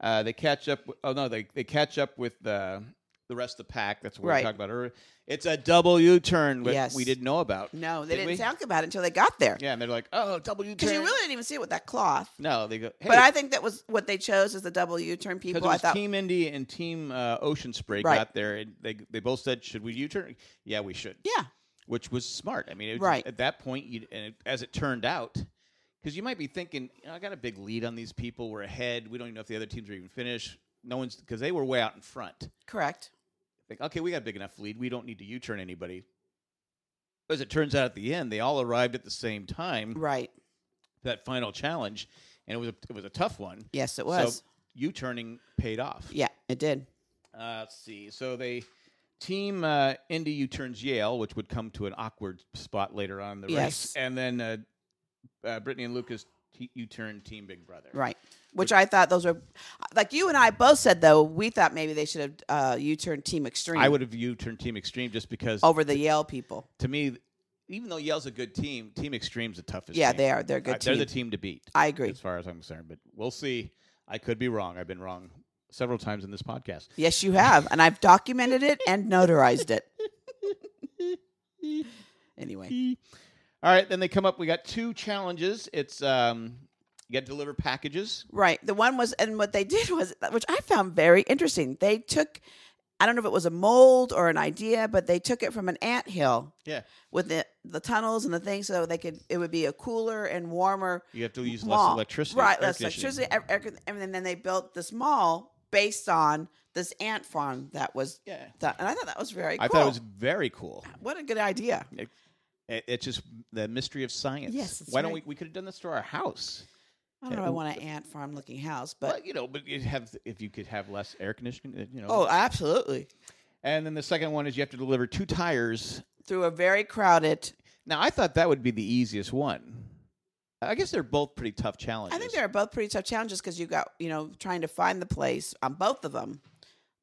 [SPEAKER 1] Uh, they catch up. Oh no, they they catch up with the the rest of the pack. That's what we
[SPEAKER 2] Right.
[SPEAKER 1] talked about earlier. It's a double U turn.
[SPEAKER 2] Yes.
[SPEAKER 1] we didn't know about.
[SPEAKER 2] No, they
[SPEAKER 1] Did
[SPEAKER 2] didn't
[SPEAKER 1] we?
[SPEAKER 2] talk about it until they got there
[SPEAKER 1] Yeah, and they're like, oh, double U
[SPEAKER 2] because
[SPEAKER 1] turn.
[SPEAKER 2] you really didn't even see it with that cloth.
[SPEAKER 1] no, they go. Hey,
[SPEAKER 2] But I think that was what they chose as the double U turn
[SPEAKER 1] because
[SPEAKER 2] people.
[SPEAKER 1] it
[SPEAKER 2] I
[SPEAKER 1] was
[SPEAKER 2] thought
[SPEAKER 1] Team Indy and Team uh, Ocean Spray
[SPEAKER 2] Right.
[SPEAKER 1] got there, and they they both said, should we U turn? Yeah, we should.
[SPEAKER 2] Yeah.
[SPEAKER 1] which was smart. I mean, it was
[SPEAKER 2] Right.
[SPEAKER 1] at that point, you and it, as it turned out, because you might be thinking, "You know, I got a big lead on these people. We're ahead. We don't even know if the other teams are even finished. No one's because they were way out in front.
[SPEAKER 2] correct.
[SPEAKER 1] Like, okay, we got a big enough lead. We don't need to U-turn anybody. As it turns out, at the end, they all arrived at the same time.
[SPEAKER 2] Right.
[SPEAKER 1] That final challenge, and it was a, it was a tough one.
[SPEAKER 2] Yes, it was.
[SPEAKER 1] So U-turning paid off.
[SPEAKER 2] yeah, it did.
[SPEAKER 1] Uh, let's see. So they team uh, Indy U turns Yale, which would come to an awkward spot later on in the race,
[SPEAKER 2] Yes.
[SPEAKER 1] and then uh, uh, Brittany and Lucas t- U turn Team Big Brother.
[SPEAKER 2] Right. Which I thought those were, like you and I both said though, we thought maybe they should have uh, U turned Team Extreme
[SPEAKER 1] I would have U turned Team Extreme just because
[SPEAKER 2] over the Yale people.
[SPEAKER 1] to me, even though Yale's a good team, Team Extreme's the toughest.
[SPEAKER 2] Yeah,
[SPEAKER 1] team.
[SPEAKER 2] they are. They're a good
[SPEAKER 1] Uh,
[SPEAKER 2] team.
[SPEAKER 1] They're the team to beat,
[SPEAKER 2] I agree.
[SPEAKER 1] as far as I'm concerned. But we'll see. I could be wrong. I've been wrong several times in this podcast.
[SPEAKER 2] Yes, you have. And I've documented it and notarized it. anyway,
[SPEAKER 1] All right, then they come up. We got two challenges. It's um, you got to deliver packages.
[SPEAKER 2] right. The one was, and what they did was, which I found very interesting. They took, I don't know if it was a mold or an idea, but they took it from an ant hill
[SPEAKER 1] Yeah.
[SPEAKER 2] with the, the tunnels and the things so they could, it would be a cooler and warmer
[SPEAKER 1] You have to use less
[SPEAKER 2] mall.
[SPEAKER 1] electricity.
[SPEAKER 2] Right,
[SPEAKER 1] air
[SPEAKER 2] less
[SPEAKER 1] conditioning.
[SPEAKER 2] electricity. ev- air- And then they built this mall based on this ant farm that was.
[SPEAKER 1] Yeah.
[SPEAKER 2] That, and I thought that was very cool.
[SPEAKER 1] I thought it was very cool.
[SPEAKER 2] What a good idea.
[SPEAKER 1] It- It's just the mystery of science.
[SPEAKER 2] Yes, it's
[SPEAKER 1] Why don't we?
[SPEAKER 2] very-
[SPEAKER 1] We could have done this to our house.
[SPEAKER 2] I don't know. if I want an ant farm looking house,
[SPEAKER 1] But
[SPEAKER 2] but.
[SPEAKER 1] you know, but you have if you could have less air conditioning, uh, you know.
[SPEAKER 2] Oh, absolutely.
[SPEAKER 1] And then the second one is you have to deliver two tires.
[SPEAKER 2] Through a very crowded.
[SPEAKER 1] Now I thought that would be the easiest one. I guess they're both pretty tough challenges.
[SPEAKER 2] I think they're both pretty tough challenges because you got, you know, trying to find the place on both of them.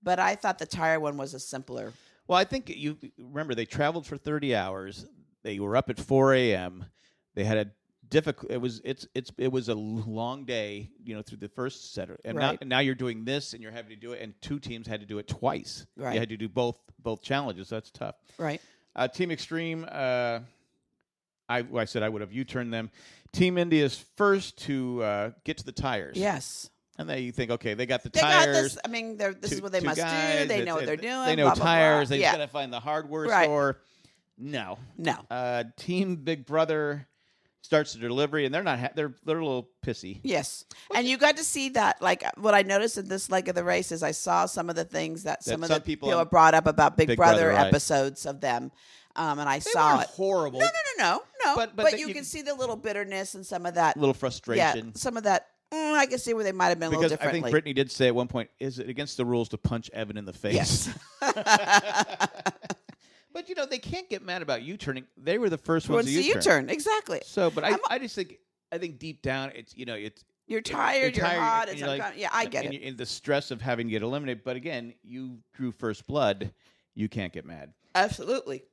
[SPEAKER 2] But I thought the tire one was a simpler.
[SPEAKER 1] Well, I think you remember they traveled for 30 hours. They were up at 4 a.m. They had a difficult. It was it's it's it was a l- long day. You know, through the first set, and, now,
[SPEAKER 2] Right.
[SPEAKER 1] and now you're doing this, and you're having to do it. And two teams had to do it twice.
[SPEAKER 2] Right.
[SPEAKER 1] You had to do both both challenges. That's tough.
[SPEAKER 2] Right.
[SPEAKER 1] Uh, Team Extreme. Uh, I, I said I would have U-turned them. Team India is first to uh, get to the tires.
[SPEAKER 2] Yes.
[SPEAKER 1] and then you think, okay, they got the
[SPEAKER 2] They
[SPEAKER 1] tires
[SPEAKER 2] got this. I mean, they're, this
[SPEAKER 1] two-
[SPEAKER 2] is what they
[SPEAKER 1] two
[SPEAKER 2] must
[SPEAKER 1] guys,
[SPEAKER 2] do. They
[SPEAKER 1] it's-
[SPEAKER 2] know what
[SPEAKER 1] it-
[SPEAKER 2] they're doing.
[SPEAKER 1] They know
[SPEAKER 2] blah, blah, blah.
[SPEAKER 1] tires. They
[SPEAKER 2] yeah.
[SPEAKER 1] just got to find the hardware
[SPEAKER 2] Right.
[SPEAKER 1] store. No,
[SPEAKER 2] no.
[SPEAKER 1] uh, Team Big Brother starts the delivery, and they're not. Ha- they're they're a little pissy.
[SPEAKER 2] Yes. and you got to see that like uh, what I noticed in this leg of the race is I saw some of the things that, some of
[SPEAKER 1] some
[SPEAKER 2] the
[SPEAKER 1] people
[SPEAKER 2] people,
[SPEAKER 1] on
[SPEAKER 2] brought up about Big,
[SPEAKER 1] Big Brother,
[SPEAKER 2] Brother,
[SPEAKER 1] right.
[SPEAKER 2] episodes of them. Um, and I
[SPEAKER 1] They
[SPEAKER 2] saw
[SPEAKER 1] weren't
[SPEAKER 2] it.
[SPEAKER 1] horrible.
[SPEAKER 2] No, no, no, no, no.
[SPEAKER 1] But-
[SPEAKER 2] But,
[SPEAKER 1] but that
[SPEAKER 2] you,
[SPEAKER 1] you-
[SPEAKER 2] can see the little bitterness and some of that
[SPEAKER 1] A little
[SPEAKER 2] yeah,
[SPEAKER 1] frustration.
[SPEAKER 2] some of that mm, I can see where they might have been a
[SPEAKER 1] because
[SPEAKER 2] little
[SPEAKER 1] I think
[SPEAKER 2] differently.
[SPEAKER 1] Brittany did say at one point, "Is it against the rules to punch Evan in the face?"
[SPEAKER 2] yes.
[SPEAKER 1] but you know they can't get mad about you turning. They were the first
[SPEAKER 2] Once
[SPEAKER 1] ones
[SPEAKER 2] the
[SPEAKER 1] to
[SPEAKER 2] U turn, exactly.
[SPEAKER 1] So, but I,
[SPEAKER 2] I'm-
[SPEAKER 1] I just think I think deep down it's you know it's
[SPEAKER 2] You're tired. You're,
[SPEAKER 1] tired,
[SPEAKER 2] hot.
[SPEAKER 1] and
[SPEAKER 2] It's
[SPEAKER 1] you're like-
[SPEAKER 2] uncom- yeah, I get
[SPEAKER 1] and
[SPEAKER 2] it.
[SPEAKER 1] you- and the stress of having to get eliminated. But again, you drew first blood. You can't get mad.
[SPEAKER 2] Absolutely.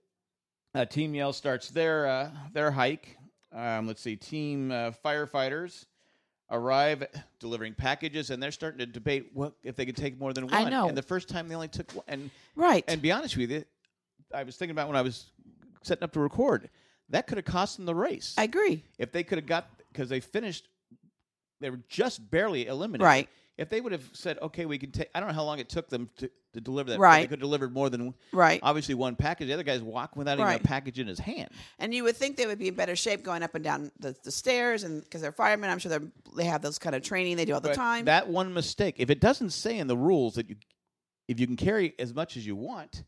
[SPEAKER 1] Uh, team Yell starts their uh, their hike. Um, let's see, Team uh, Firefighters arrive delivering packages, and they're starting to debate what if they could take more than one.
[SPEAKER 2] I know.
[SPEAKER 1] And the first time they only took one. And
[SPEAKER 2] Right.
[SPEAKER 1] and be honest with you, I was thinking about when I was setting up to record. That could have cost them the race
[SPEAKER 2] I agree.
[SPEAKER 1] if they could have got because they finished. They were just barely eliminated.
[SPEAKER 2] Right.
[SPEAKER 1] If they would have said, "Okay, we can take," I don't know how long it took them to, to deliver that. but They
[SPEAKER 2] Right.
[SPEAKER 1] could have delivered more than
[SPEAKER 2] Right.
[SPEAKER 1] obviously one package. The other guy's walking without even
[SPEAKER 2] Right.
[SPEAKER 1] a package in his hand.
[SPEAKER 2] And you would think they would be in better shape going up and down the, the stairs, and because they're firemen, I'm sure they they have those kind of training they do all the
[SPEAKER 1] But
[SPEAKER 2] time.
[SPEAKER 1] That one mistake. If it doesn't say in the rules that you, if you can carry as much as you want,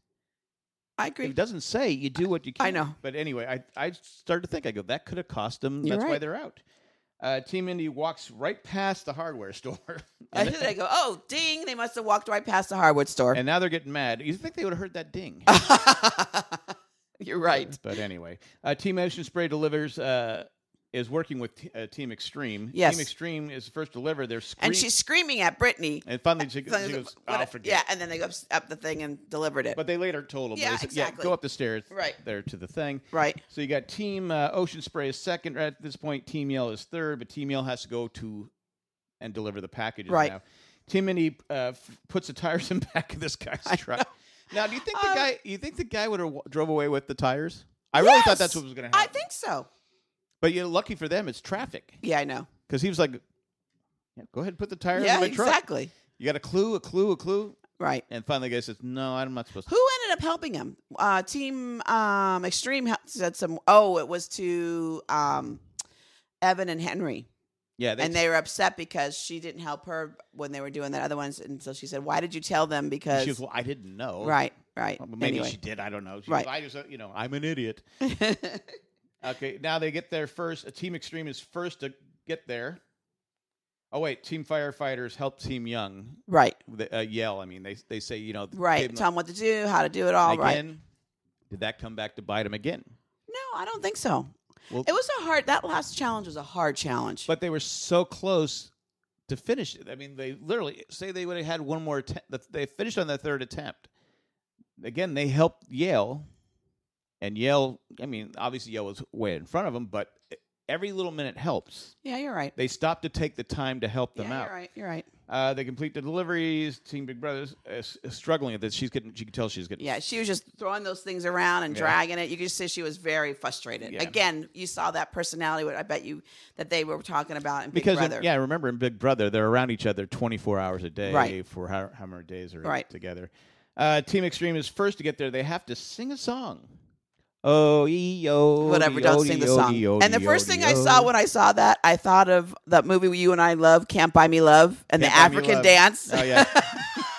[SPEAKER 2] I
[SPEAKER 1] if
[SPEAKER 2] agree.
[SPEAKER 1] it doesn't say, you do what you can.
[SPEAKER 2] I know.
[SPEAKER 1] But anyway, I I started to think. I go, that could have cost them.
[SPEAKER 2] You're
[SPEAKER 1] That's why
[SPEAKER 2] right.
[SPEAKER 1] they're out. Uh, Team Indy walks right past the hardware store.
[SPEAKER 2] I should I go, oh, ding! They must have walked right past the hardwood store.
[SPEAKER 1] And now they're getting mad. You think they would have heard that ding?
[SPEAKER 2] You're right.
[SPEAKER 1] But anyway, uh, Team Ocean Spray delivers. Uh, is working with t- uh, Team Extreme.
[SPEAKER 2] Yes.
[SPEAKER 1] Team Extreme is the first to deliver. They're screaming.
[SPEAKER 2] And she's screaming at Brittany.
[SPEAKER 1] and finally she, she
[SPEAKER 2] Something-
[SPEAKER 1] goes,
[SPEAKER 2] what-
[SPEAKER 1] "I'll forget."
[SPEAKER 2] Yeah, and then they go up, up the thing and delivered it.
[SPEAKER 1] But they later told them.
[SPEAKER 2] Yeah,
[SPEAKER 1] they said,
[SPEAKER 2] exactly.
[SPEAKER 1] go up the stairs.
[SPEAKER 2] Right.
[SPEAKER 1] There to the thing.
[SPEAKER 2] right.
[SPEAKER 1] So you got Team uh, Ocean Spray is second. Right at this point, Team Yell is third, but Team Yell has to go to and deliver the packages
[SPEAKER 2] Right.
[SPEAKER 1] now. Tim and he uh, f- puts the tires in back of this guy's truck. Now, do you think the
[SPEAKER 2] Um,
[SPEAKER 1] guy? You think the guy would have w- drove away with the tires? I really thought that's
[SPEAKER 2] Yes!
[SPEAKER 1] what was going to
[SPEAKER 2] I
[SPEAKER 1] happen.
[SPEAKER 2] think so.
[SPEAKER 1] but you know, lucky for them, it's traffic
[SPEAKER 2] Yeah, I know.
[SPEAKER 1] because he was like, yeah, "Go ahead, and put the tires in
[SPEAKER 2] yeah,
[SPEAKER 1] my truck."
[SPEAKER 2] exactly.
[SPEAKER 1] You got a clue, a clue, a clue,
[SPEAKER 2] Right.
[SPEAKER 1] and finally, the guy says, "No, I'm not supposed to."
[SPEAKER 2] Who ended up helping him? Uh, team um, Extreme hel- said some. Oh, it was to um, Evan and Henry,
[SPEAKER 1] Yeah, they,
[SPEAKER 2] and they were upset because she didn't help her when they were doing that other ones, and so she said, "Why did you tell them?" Because
[SPEAKER 1] she was, "Well, I didn't know."
[SPEAKER 2] right, right.
[SPEAKER 1] Well, maybe
[SPEAKER 2] anyway,
[SPEAKER 1] she did. I don't know. She
[SPEAKER 2] Right.
[SPEAKER 1] I just, you know, I'm an idiot. Okay, now they get there first. A Team Extreme is first to get there. Oh wait, Team Firefighters help Team Young
[SPEAKER 2] right,
[SPEAKER 1] they, uh, yell. I mean, they they say you know th-
[SPEAKER 2] right.
[SPEAKER 1] give 'em
[SPEAKER 2] Tell them what to do, how to do it
[SPEAKER 1] a-
[SPEAKER 2] all. Right?
[SPEAKER 1] again. Did that come back to bite them again?
[SPEAKER 2] No, I don't think so.
[SPEAKER 1] Well-
[SPEAKER 2] it was a hard. That last challenge was a hard challenge.
[SPEAKER 1] But they were so close to finish it. I mean, they literally say they would have had one more attempt. that They finished on their third attempt. Again, they helped Yale, and Yale. I mean, obviously Yale was way in front of them, but every little minute helps.
[SPEAKER 2] yeah, you're right.
[SPEAKER 1] They stopped to take the time to help them
[SPEAKER 2] yeah,
[SPEAKER 1] out.
[SPEAKER 2] you're right. You're right.
[SPEAKER 1] Uh, they complete the deliveries. Team Big Brothers is is struggling at this. She's getting. She can tell she's getting.
[SPEAKER 2] Yeah, she was just throwing those things around and
[SPEAKER 1] Yeah.
[SPEAKER 2] dragging it. You could just see she was very frustrated.
[SPEAKER 1] Yeah.
[SPEAKER 2] Again, you saw that personality. What I bet you that they were talking about in Big
[SPEAKER 1] Because in-
[SPEAKER 2] Brother.
[SPEAKER 1] yeah, remember in Big Brother they're around each other 24 hours a day
[SPEAKER 2] Right.
[SPEAKER 1] for how, how many days are
[SPEAKER 2] Right.
[SPEAKER 1] together. Uh, Team Extreme is first to get there. They have to sing a song. Oh, ee, oh,
[SPEAKER 2] Whatever,
[SPEAKER 1] dee,
[SPEAKER 2] don't
[SPEAKER 1] oh,
[SPEAKER 2] sing
[SPEAKER 1] dee,
[SPEAKER 2] the
[SPEAKER 1] oh,
[SPEAKER 2] song.
[SPEAKER 1] dee, oh,
[SPEAKER 2] and the
[SPEAKER 1] dee,
[SPEAKER 2] first
[SPEAKER 1] oh,
[SPEAKER 2] thing
[SPEAKER 1] dee,
[SPEAKER 2] I
[SPEAKER 1] oh.
[SPEAKER 2] saw when I saw that, I thought of that movie you and I love, Can't Buy Me Love, and
[SPEAKER 1] Can't
[SPEAKER 2] the
[SPEAKER 1] Buy Me
[SPEAKER 2] African
[SPEAKER 1] Love.
[SPEAKER 2] dance.
[SPEAKER 1] Oh yeah,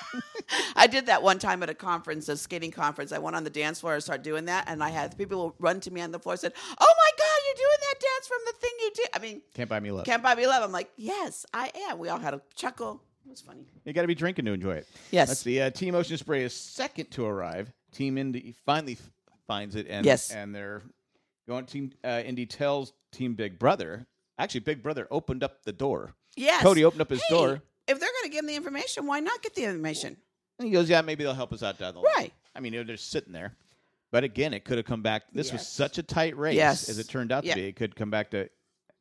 [SPEAKER 2] I did that one time at a conference, a skating conference. I went on the dance floor and started doing that, and I had people run to me on the floor and said, "Oh my God, you're doing that dance from the thing you do." I mean,
[SPEAKER 1] can't buy me love.
[SPEAKER 2] Can't Buy Me Love. I'm like, yes, I am. We all had a chuckle. It was funny.
[SPEAKER 1] You got to be drinking to enjoy it.
[SPEAKER 2] Yes.
[SPEAKER 1] Let's see. Uh, Team Ocean Spray is second to arrive. Team Indy finally f- finds it, and
[SPEAKER 2] Yes.
[SPEAKER 1] and they're going. Team uh, Indy tells Team Big Brother. Actually, Big Brother opened up the door.
[SPEAKER 2] Yes.
[SPEAKER 1] Cody opened up his
[SPEAKER 2] Hey,
[SPEAKER 1] door,
[SPEAKER 2] If they're going to give him the information, why not get the information?
[SPEAKER 1] and he goes, "Yeah, maybe they'll help us out down the line."
[SPEAKER 2] Right.
[SPEAKER 1] I mean, they're just sitting there. But again, it could have come back. This was
[SPEAKER 2] Yes.
[SPEAKER 1] such a tight race,
[SPEAKER 2] Yes.
[SPEAKER 1] as it turned out
[SPEAKER 2] Yeah.
[SPEAKER 1] to be. It could come back to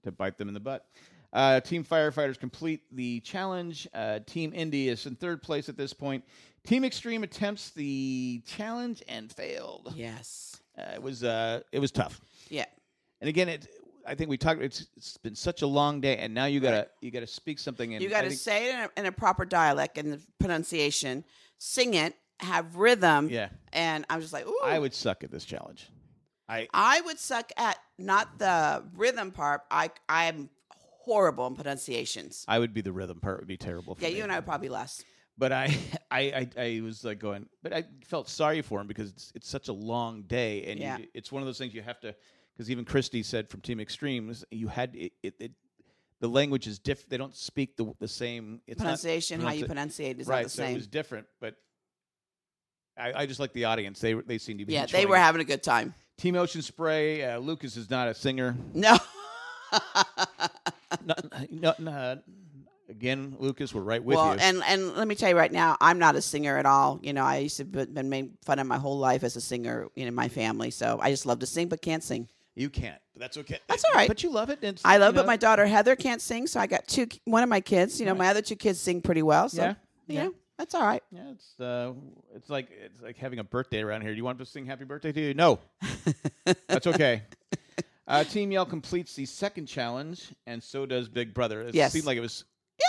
[SPEAKER 1] to bite them in the butt. Uh, team firefighters complete the challenge. Uh, team Indy is in third place at this point. Team Extreme attempts the challenge and failed.
[SPEAKER 2] Yes.
[SPEAKER 1] Uh, it was uh, it was tough.
[SPEAKER 2] Yeah.
[SPEAKER 1] And again, it I think we talked. It's, it's been such a long day, and now you gotta you gotta speak something. And
[SPEAKER 2] You
[SPEAKER 1] I
[SPEAKER 2] got to
[SPEAKER 1] think-
[SPEAKER 2] say it in a, in a proper dialect and the pronunciation, sing it, have rhythm.
[SPEAKER 1] yeah.
[SPEAKER 2] And I'm just like, ooh.
[SPEAKER 1] I would suck at this challenge. I
[SPEAKER 2] I would suck at not the rhythm part. I I'm horrible in pronunciations.
[SPEAKER 1] I would be the rhythm part would be terrible. For
[SPEAKER 2] Yeah,
[SPEAKER 1] me.
[SPEAKER 2] you and I would probably less.
[SPEAKER 1] but I, I, I, I was like going, but I felt sorry for him because it's, it's such a long day, and
[SPEAKER 2] Yeah.
[SPEAKER 1] you, it's one of those things you have to. Because even Christy said from Team Extremes, you had it, it, it. the language is different. They don't speak the the same. It's not
[SPEAKER 2] pronunciation, how you
[SPEAKER 1] pronounci-
[SPEAKER 2] pronunciate is
[SPEAKER 1] right,
[SPEAKER 2] not the
[SPEAKER 1] so
[SPEAKER 2] same.
[SPEAKER 1] it was different, but I, I just like the audience. They they seem to be
[SPEAKER 2] yeah, they
[SPEAKER 1] enjoying
[SPEAKER 2] were
[SPEAKER 1] it.
[SPEAKER 2] having a good time.
[SPEAKER 1] Team Ocean Spray. Uh, Lucas is not a singer.
[SPEAKER 2] No.
[SPEAKER 1] no, no, no, again, Lucas, we're right with
[SPEAKER 2] well,
[SPEAKER 1] you.
[SPEAKER 2] and and let me tell you right now, I'm not a singer at all. You know, I used to be, been made fun of my whole life as a singer in my family. So I just love to sing, but can't sing.
[SPEAKER 1] you can't, but that's okay.
[SPEAKER 2] That's all right.
[SPEAKER 1] But you love it. And it's-
[SPEAKER 2] I love,
[SPEAKER 1] you
[SPEAKER 2] but my daughter Heather can't sing, so I got two. One of my kids, you know, my other two kids sing pretty well. So
[SPEAKER 1] Yeah,
[SPEAKER 2] yeah,
[SPEAKER 1] yeah.
[SPEAKER 2] that's all right.
[SPEAKER 1] Yeah, it's uh, it's like it's like having a birthday around here. Do you want to sing "Happy Birthday" to you? No, that's okay. Uh, Team Yell completes the second challenge, and so does Big Brother. It
[SPEAKER 2] Yes.
[SPEAKER 1] seemed like it was.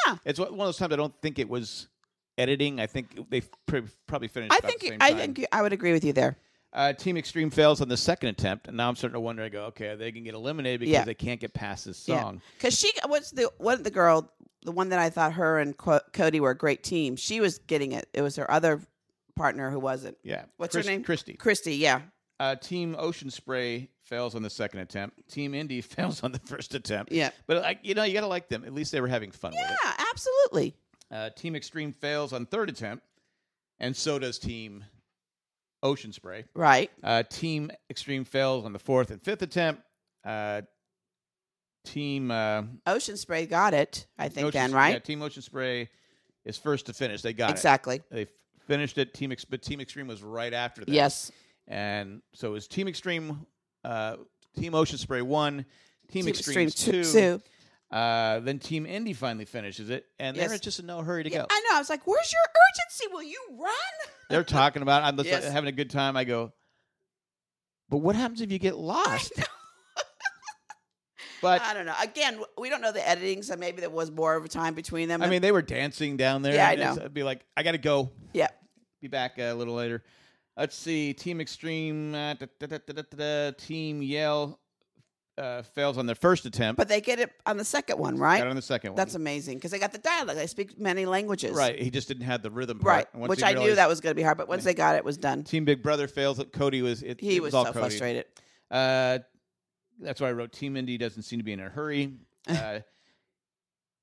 [SPEAKER 2] Yeah.
[SPEAKER 1] it's one one of those times I don't think it was editing. I think they pr- probably finished.
[SPEAKER 2] I
[SPEAKER 1] about
[SPEAKER 2] think
[SPEAKER 1] the
[SPEAKER 2] you-
[SPEAKER 1] same
[SPEAKER 2] I
[SPEAKER 1] time.
[SPEAKER 2] think you- I would agree with you there.
[SPEAKER 1] Uh, Team Extreme fails on the second attempt, and now I'm starting to wonder. I go, okay, they can get eliminated because
[SPEAKER 2] Yeah.
[SPEAKER 1] they can't get past this
[SPEAKER 2] Yeah.
[SPEAKER 1] song.
[SPEAKER 2] Because she was the wasn't the girl the one that I thought her and Co- Cody were a great team. She was getting it. It was her other partner who wasn't.
[SPEAKER 1] Yeah,
[SPEAKER 2] What's her name?
[SPEAKER 1] Christy.
[SPEAKER 2] Christy, yeah,
[SPEAKER 1] Uh, Team Ocean Spray fails on the second attempt. Team Indy fails on the first attempt.
[SPEAKER 2] yeah,
[SPEAKER 1] But like you know, you gotta like them. At least they were having fun with
[SPEAKER 2] yeah, absolutely.
[SPEAKER 1] it. Uh, Team Extreme fails on third attempt, and so does Team Ocean Spray.
[SPEAKER 2] Right,
[SPEAKER 1] Uh, Team Extreme fails on the fourth and fifth attempt. Uh, team uh,
[SPEAKER 2] Ocean Spray got it. I think
[SPEAKER 1] Ocean
[SPEAKER 2] then
[SPEAKER 1] Sp- yeah,
[SPEAKER 2] right,
[SPEAKER 1] Team Ocean Spray is first to finish. They got
[SPEAKER 2] exactly.
[SPEAKER 1] it. They f- finished it. Team Ex- but Team Extreme was right after that.
[SPEAKER 2] Yes,
[SPEAKER 1] And so it was Team Extreme, uh, Team Ocean Spray one, Team, Extreme,
[SPEAKER 2] t-
[SPEAKER 1] two.
[SPEAKER 2] two.
[SPEAKER 1] Uh, then Team Indy finally finishes it, and they're
[SPEAKER 2] Yes.
[SPEAKER 1] just in no hurry to
[SPEAKER 2] Yeah,
[SPEAKER 1] go.
[SPEAKER 2] I know. I was like, "Where's your urgency? Will you run?"
[SPEAKER 1] They're talking about. I'm just
[SPEAKER 2] Yes.
[SPEAKER 1] having a good time. I go, but what happens if you get lost?
[SPEAKER 2] I know.
[SPEAKER 1] But
[SPEAKER 2] I don't know. Again, we don't know the editing, so maybe there was more of a time between them.
[SPEAKER 1] I mean, they were dancing down there.
[SPEAKER 2] Yeah, I
[SPEAKER 1] and it's-
[SPEAKER 2] know.
[SPEAKER 1] I'd be like, I gotta go.
[SPEAKER 2] Yeah.
[SPEAKER 1] be back a little later. Let's see. Team Extreme, uh, da, da, da, da, da, da, da, Team Yell uh, fails on their first attempt.
[SPEAKER 2] but they get it on the second one,
[SPEAKER 1] got
[SPEAKER 2] right?
[SPEAKER 1] on the second one.
[SPEAKER 2] That's amazing because they got the dialogue. They speak many languages,
[SPEAKER 1] right. He just didn't have the rhythm part.
[SPEAKER 2] Right.
[SPEAKER 1] And once
[SPEAKER 2] Which
[SPEAKER 1] he
[SPEAKER 2] I knew
[SPEAKER 1] realized
[SPEAKER 2] that was going to be hard, but once they got it, it was done.
[SPEAKER 1] Team Big Brother fails. Cody was. It,
[SPEAKER 2] He
[SPEAKER 1] it
[SPEAKER 2] was
[SPEAKER 1] all
[SPEAKER 2] so
[SPEAKER 1] Cody.
[SPEAKER 2] frustrated.
[SPEAKER 1] Uh, that's why I wrote Team Indy doesn't seem to be in a hurry. Uh,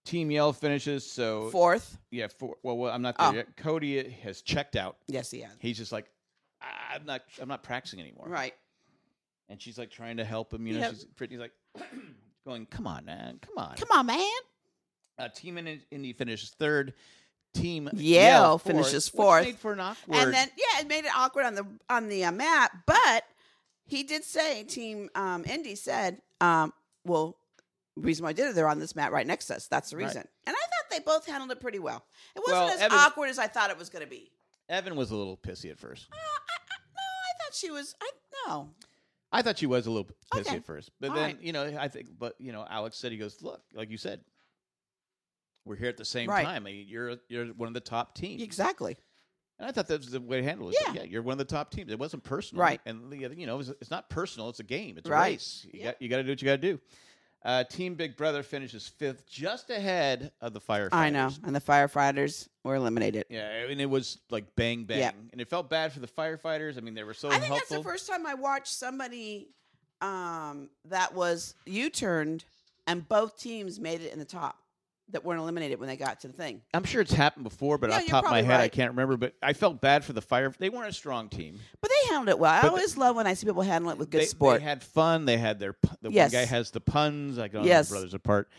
[SPEAKER 1] Team Yell finishes, so
[SPEAKER 2] Fourth,
[SPEAKER 1] yeah. Four, well, well, I'm not there
[SPEAKER 2] Oh.
[SPEAKER 1] yet. Cody has checked out.
[SPEAKER 2] yes, he has.
[SPEAKER 1] He's just like, "I- I'm not, I'm not practicing anymore.
[SPEAKER 2] Right.
[SPEAKER 1] And she's like trying to help him. You know,
[SPEAKER 2] Yep.
[SPEAKER 1] she's Brittany's like, going, come on, man, come on.
[SPEAKER 2] Come on, man.
[SPEAKER 1] Uh, Team In- Indy finishes third. Team Yell,
[SPEAKER 2] Yell
[SPEAKER 1] fourth,
[SPEAKER 2] finishes
[SPEAKER 1] which
[SPEAKER 2] fourth.
[SPEAKER 1] made for an awkward.
[SPEAKER 2] And then yeah, it made it awkward on the on the uh, map, but he did say team um Indy said um well the reason why I did it they're on this mat right next to us. That's the
[SPEAKER 1] Right.
[SPEAKER 2] reason. And I thought they both handled it pretty well. It wasn't
[SPEAKER 1] Well,
[SPEAKER 2] as
[SPEAKER 1] Evan-
[SPEAKER 2] awkward as I thought it was going to be.
[SPEAKER 1] Evan was a little pissy at first.
[SPEAKER 2] Uh, I, I, no, I thought she was I no.
[SPEAKER 1] I thought she was a little pissy
[SPEAKER 2] Okay.
[SPEAKER 1] at first, but
[SPEAKER 2] All
[SPEAKER 1] then
[SPEAKER 2] right.
[SPEAKER 1] you know, I think, but you know, Alex said he goes, "Look, like you said, we're here at the same
[SPEAKER 2] Right.
[SPEAKER 1] time. I mean, You're you're one of the top teams."
[SPEAKER 2] Exactly.
[SPEAKER 1] And I thought that was the way to handle it.
[SPEAKER 2] Yeah.
[SPEAKER 1] yeah, you're one of the top teams. It wasn't personal,
[SPEAKER 2] Right.
[SPEAKER 1] And the other- you know, it's, it's not personal. It's a game. It's a
[SPEAKER 2] Right.
[SPEAKER 1] race. You
[SPEAKER 2] Yeah.
[SPEAKER 1] got you got to do what you got to do. Uh, Team Big Brother finishes fifth, just ahead of the firefighters.
[SPEAKER 2] I know. And the firefighters were eliminated.
[SPEAKER 1] Yeah, and it was like bang bang,
[SPEAKER 2] Yeah.
[SPEAKER 1] and it felt bad for the firefighters. I mean, they were so
[SPEAKER 2] I think
[SPEAKER 1] helpful.
[SPEAKER 2] that's the first time I watched somebody um, that was U turned and both teams made it in the top that weren't eliminated when they got to the thing.
[SPEAKER 1] I'm sure it's happened before, but
[SPEAKER 2] Yeah,
[SPEAKER 1] off the
[SPEAKER 2] you're
[SPEAKER 1] top of my
[SPEAKER 2] probably
[SPEAKER 1] head, I
[SPEAKER 2] right.
[SPEAKER 1] can't remember. But I felt bad for the fire. They weren't a strong team.
[SPEAKER 2] But they handled it well.
[SPEAKER 1] But
[SPEAKER 2] I always love when I see people handle it with good
[SPEAKER 1] they,
[SPEAKER 2] sport.
[SPEAKER 1] They had fun. They had their. pu- The
[SPEAKER 2] Yes.
[SPEAKER 1] one guy has the puns. I got
[SPEAKER 2] Yes.
[SPEAKER 1] the brothers apart.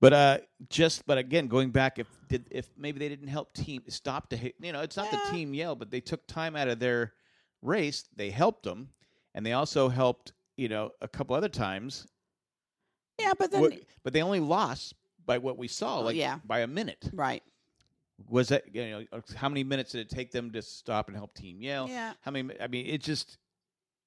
[SPEAKER 1] But uh, just but again, going back, if did if maybe they didn't help team stop to hit. You know, it's not
[SPEAKER 2] Yeah.
[SPEAKER 1] the team yell, but they took time out of their race. They helped them, and they also helped. You know, a couple other times,
[SPEAKER 2] yeah, but then
[SPEAKER 1] What- but they only lost by what we saw,
[SPEAKER 2] Oh,
[SPEAKER 1] like
[SPEAKER 2] yeah.
[SPEAKER 1] by a minute.
[SPEAKER 2] right,
[SPEAKER 1] Was that you know uh, how many minutes did it take them to stop and help Team Yell?
[SPEAKER 2] yeah,
[SPEAKER 1] How many? I mean, it just.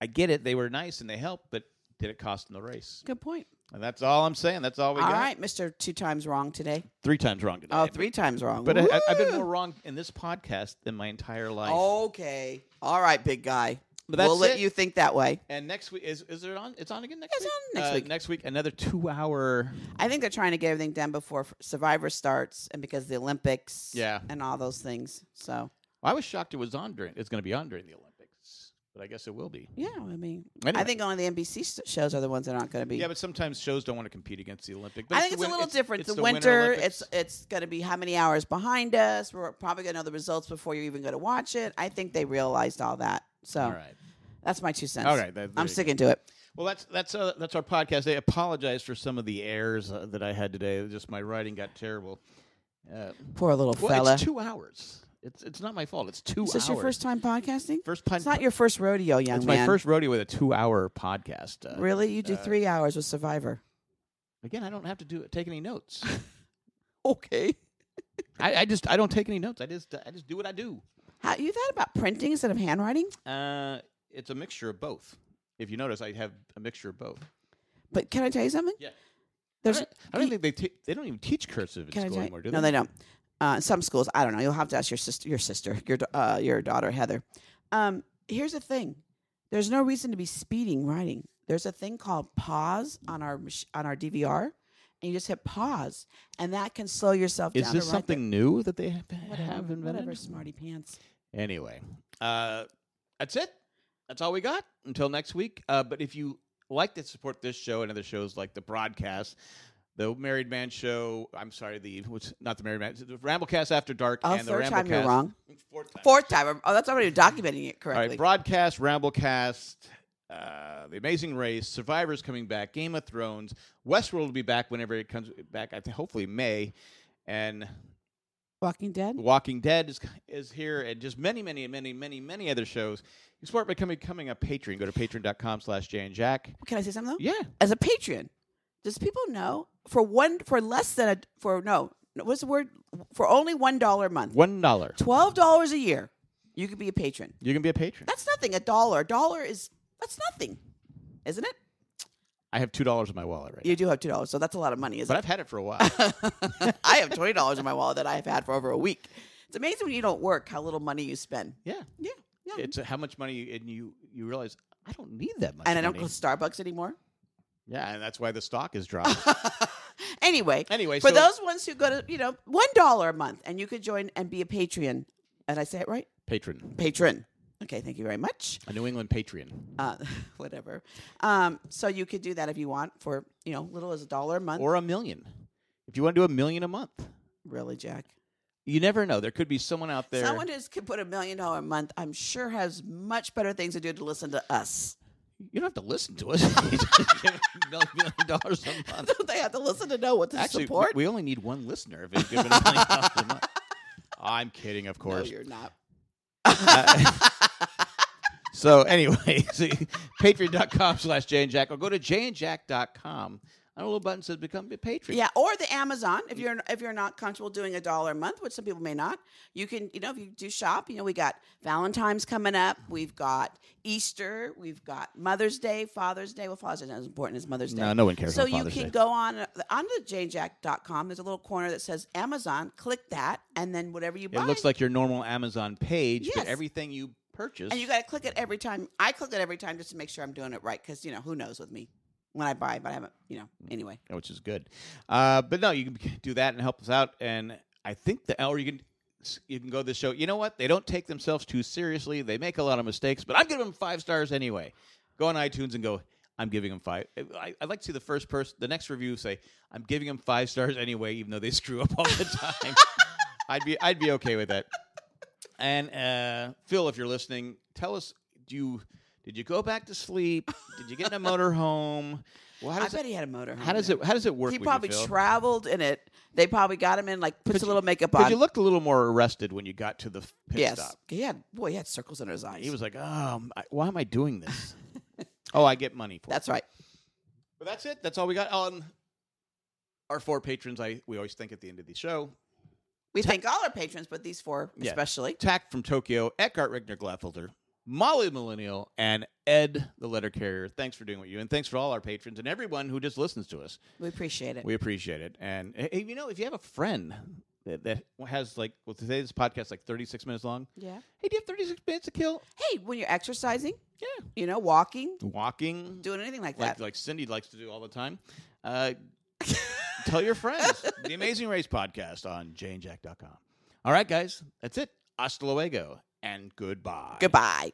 [SPEAKER 1] I get it. They were nice and they helped, but did it cost them the race?
[SPEAKER 2] good point.
[SPEAKER 1] And that's all I'm saying. That's all
[SPEAKER 2] All
[SPEAKER 1] we
[SPEAKER 2] right,
[SPEAKER 1] got.
[SPEAKER 2] Mister Two Times Wrong today.
[SPEAKER 1] Three times wrong today.
[SPEAKER 2] Oh, three times wrong.
[SPEAKER 1] But I, I, I've been
[SPEAKER 2] Woo!
[SPEAKER 1] more wrong in this podcast than my entire life.
[SPEAKER 2] Okay, all right, big guy.
[SPEAKER 1] But that's
[SPEAKER 2] we'll let
[SPEAKER 1] it.
[SPEAKER 2] you think that way.
[SPEAKER 1] And next week is is it on? It's on again next
[SPEAKER 2] It's
[SPEAKER 1] week.
[SPEAKER 2] on next
[SPEAKER 1] Uh,
[SPEAKER 2] week.
[SPEAKER 1] Next week, another two hour.
[SPEAKER 2] I think they're trying to get everything done before f- Survivor starts and because the Olympics,
[SPEAKER 1] Yeah.
[SPEAKER 2] and all those things. So
[SPEAKER 1] I was shocked it was on during. It's going to be on during the Olympics. but I guess it will be.
[SPEAKER 2] Yeah, I mean, I
[SPEAKER 1] Anyway.
[SPEAKER 2] think only the NBC s- shows are the ones that aren't going to be.
[SPEAKER 1] Yeah, but sometimes shows don't want to compete against the Olympic. But
[SPEAKER 2] I think it's
[SPEAKER 1] the
[SPEAKER 2] a
[SPEAKER 1] win-
[SPEAKER 2] little different.
[SPEAKER 1] it's
[SPEAKER 2] the,
[SPEAKER 1] Winter
[SPEAKER 2] winter,
[SPEAKER 1] Olympics.
[SPEAKER 2] it's it's going to be how many hours behind us. We're probably going to know the results before you're even going to watch it. I think they realized all that. So
[SPEAKER 1] all right.
[SPEAKER 2] that's my two cents.
[SPEAKER 1] All right. That, there
[SPEAKER 2] I'm
[SPEAKER 1] you go.
[SPEAKER 2] sticking to it.
[SPEAKER 1] Well, that's that's uh, that's our podcast. I apologize for some of the errors uh, that I had today. Just my writing got terrible. Uh,
[SPEAKER 2] Poor little
[SPEAKER 1] well,
[SPEAKER 2] fella.
[SPEAKER 1] it's two hours. It's it's not my fault. It's two
[SPEAKER 2] Is
[SPEAKER 1] hours.
[SPEAKER 2] this your first time podcasting?
[SPEAKER 1] First pun-
[SPEAKER 2] It's not your first rodeo, young
[SPEAKER 1] It's
[SPEAKER 2] man.
[SPEAKER 1] my first rodeo with a two-hour podcast. Uh,
[SPEAKER 2] Really, you do
[SPEAKER 1] uh,
[SPEAKER 2] three hours with Survivor.
[SPEAKER 1] Again, I don't have to do take any notes.
[SPEAKER 2] Okay.
[SPEAKER 1] I, I just I don't take any notes. I just I just do what I do.
[SPEAKER 2] How you thought about printing instead of handwriting?
[SPEAKER 1] Uh, it's a mixture of both. If you notice, I have a mixture of both.
[SPEAKER 2] But can I tell you something?
[SPEAKER 1] Yeah.
[SPEAKER 2] There's
[SPEAKER 1] I don't, I don't think they te- they don't even teach cursive in
[SPEAKER 2] Can I
[SPEAKER 1] school
[SPEAKER 2] tell you-
[SPEAKER 1] anymore, do they?
[SPEAKER 2] no, they don't. Uh, some schools, I don't know. You'll have to ask your sister, your sister, your da- uh, your daughter Heather. Um, here's the thing: there's no reason to be speeding writing. There's a thing called pause on our mach- on our DVR, and you just hit pause, and that can slow yourself
[SPEAKER 1] Is
[SPEAKER 2] down.
[SPEAKER 1] this
[SPEAKER 2] to write
[SPEAKER 1] something new that they have,
[SPEAKER 2] the-
[SPEAKER 1] have
[SPEAKER 2] whatever,
[SPEAKER 1] invented?
[SPEAKER 2] whatever, smarty pants.
[SPEAKER 1] Anyway, uh, that's it. That's all we got until next week. Uh, but if you like to support this show and other shows like the broadcast, the Married Man Show, I'm sorry, the what's not the Married Man, the Ramblecast After Dark,
[SPEAKER 2] Oh,
[SPEAKER 1] and the
[SPEAKER 2] third time you're
[SPEAKER 1] Ramblecast-
[SPEAKER 2] wrong.
[SPEAKER 1] Fourth time.
[SPEAKER 2] Fourth time. Oh, that's already documenting it
[SPEAKER 1] All
[SPEAKER 2] correctly.
[SPEAKER 1] right, broadcast, Ramblecast, uh, The Amazing Race, Survivor's coming back, Game of Thrones, Westworld will be back whenever it comes back. I think hopefully May, and
[SPEAKER 2] Walking Dead.
[SPEAKER 1] Walking Dead is is here, and just many, many, many, many, many other shows. You support by becoming, becoming a patron. Go to patreon.com slash Jay and Jack.
[SPEAKER 2] Can I say something though?
[SPEAKER 1] Yeah,
[SPEAKER 2] as a patron. Does people know for one for less than a for no what's the word for only one dollar a month,
[SPEAKER 1] one dollar.
[SPEAKER 2] twelve dollars a year, you could be a patron.
[SPEAKER 1] You can be a patron.
[SPEAKER 2] That's nothing. A dollar, a dollar is that's nothing, isn't it?
[SPEAKER 1] I have two dollars in my wallet right now,
[SPEAKER 2] You do have two dollars, so that's a lot of money, isn't
[SPEAKER 1] but I've had it for a while.
[SPEAKER 2] it? I have twenty dollars in my wallet that I've had for over a week. It's amazing when you don't work how little money you spend.
[SPEAKER 1] yeah,
[SPEAKER 2] Yeah, yeah.
[SPEAKER 1] it's uh, how much money, you- and you you realize I don't need that much.
[SPEAKER 2] and I don't go
[SPEAKER 1] money.
[SPEAKER 2] to Starbucks anymore.
[SPEAKER 1] Yeah, and that's why the stock is dropping.
[SPEAKER 2] anyway,
[SPEAKER 1] anyway,
[SPEAKER 2] for
[SPEAKER 1] so
[SPEAKER 2] those ones who go to you know one dollar a month and you could join and be a patron. And I say it right?
[SPEAKER 1] patron,
[SPEAKER 2] patron. Okay, thank you very much.
[SPEAKER 1] a New England patron,
[SPEAKER 2] Uh, whatever. Um, so you could do that if you want for you know little as a dollar a month.
[SPEAKER 1] or a million, if you want to do a million a month.
[SPEAKER 2] really, Jack.
[SPEAKER 1] You never know. There could be someone out there.
[SPEAKER 2] Someone who could put a million dollar a month, I'm sure, has much better things to do to listen to us.
[SPEAKER 1] you don't have to listen to us. You just give a million dollars a month.
[SPEAKER 2] Don't they have to listen to know what to
[SPEAKER 1] Actually, we-
[SPEAKER 2] support?
[SPEAKER 1] we only need one listener if it's given a million dollars a month. I'm kidding, of
[SPEAKER 2] no,
[SPEAKER 1] course.
[SPEAKER 2] you're not.
[SPEAKER 1] so anyway, see, patreon.com slash Jay and Jack or go to jayandjack.com. And a little button says become a patron.
[SPEAKER 2] Yeah, or the Amazon. If you're if you're not comfortable doing a dollar a month, which some people may not, you can you know if you do shop, you know we got Valentine's coming up, we've got Easter, we've got Mother's Day, Father's Day. Well, Father's Day is not as important as Mother's Day.
[SPEAKER 1] No, no one cares
[SPEAKER 2] So
[SPEAKER 1] about
[SPEAKER 2] you
[SPEAKER 1] Father's
[SPEAKER 2] can
[SPEAKER 1] Day.
[SPEAKER 2] go on uh, on the janejack.com. There's a little corner that says Amazon. Click that, and then whatever you
[SPEAKER 1] It
[SPEAKER 2] buy,
[SPEAKER 1] looks like your normal Amazon page,
[SPEAKER 2] Yes.
[SPEAKER 1] but everything you purchase.
[SPEAKER 2] and you got to click it every time. I click it every time just to make sure I'm doing it right because you know who knows with me when I buy, but I haven't. You know, anyway.
[SPEAKER 1] which is good. Uh, but no, you can do that and help us out. And I think the or you can you can go to the show. You know what? They don't take themselves too seriously. They make a lot of mistakes, but I'm giving them five stars anyway. Go on iTunes and go. I'm giving them five. I, I'd like to see the first person, the next review say, "I'm giving them five stars anyway, even though they screw up all the time." I'd be I'd be okay with that. And uh, Phil, if you're listening, tell us do you did you go back to sleep? Did you get in a motorhome? Well, how
[SPEAKER 2] I
[SPEAKER 1] does it-
[SPEAKER 2] bet he had a motor.
[SPEAKER 1] how does it? How does it work?
[SPEAKER 2] He
[SPEAKER 1] with
[SPEAKER 2] probably
[SPEAKER 1] you, Phil?
[SPEAKER 2] traveled in it. They probably got him in, like, puts
[SPEAKER 1] Could
[SPEAKER 2] a little makeup on.
[SPEAKER 1] Because you looked a little more arrested when you got to the f- pit
[SPEAKER 2] yes.
[SPEAKER 1] stop.
[SPEAKER 2] He had, boy, he had circles under his eyes.
[SPEAKER 1] He was like, "Oh, I- why am I doing this? oh, I get money for it."
[SPEAKER 2] That's right.
[SPEAKER 1] But that's it. That's all we got on our four patrons. I we always think at the end of the show.
[SPEAKER 2] We thank all our patrons, but these four
[SPEAKER 1] Yeah.
[SPEAKER 2] especially.
[SPEAKER 1] Tack from Tokyo, Eckhart Rigner Glaffelder, Molly Millennial, and Ed the Letter Carrier. Thanks for doing what you and thanks for all our patrons and everyone who just listens to us.
[SPEAKER 2] We appreciate it.
[SPEAKER 1] We appreciate it. And eh, eh, you know, if you have a friend that, that has like well today's podcast like thirty six minutes long.
[SPEAKER 2] yeah.
[SPEAKER 1] Hey, do you have thirty six minutes to kill?
[SPEAKER 2] Hey, when you're exercising,
[SPEAKER 1] Yeah.
[SPEAKER 2] you know, walking,
[SPEAKER 1] Walking,
[SPEAKER 2] doing anything like
[SPEAKER 1] like
[SPEAKER 2] that.
[SPEAKER 1] like Cindy likes to do all the time. Uh, tell your friends. the Amazing Race podcast on janejack.com. All right, guys, that's it. Hasta luego and goodbye.
[SPEAKER 2] Goodbye.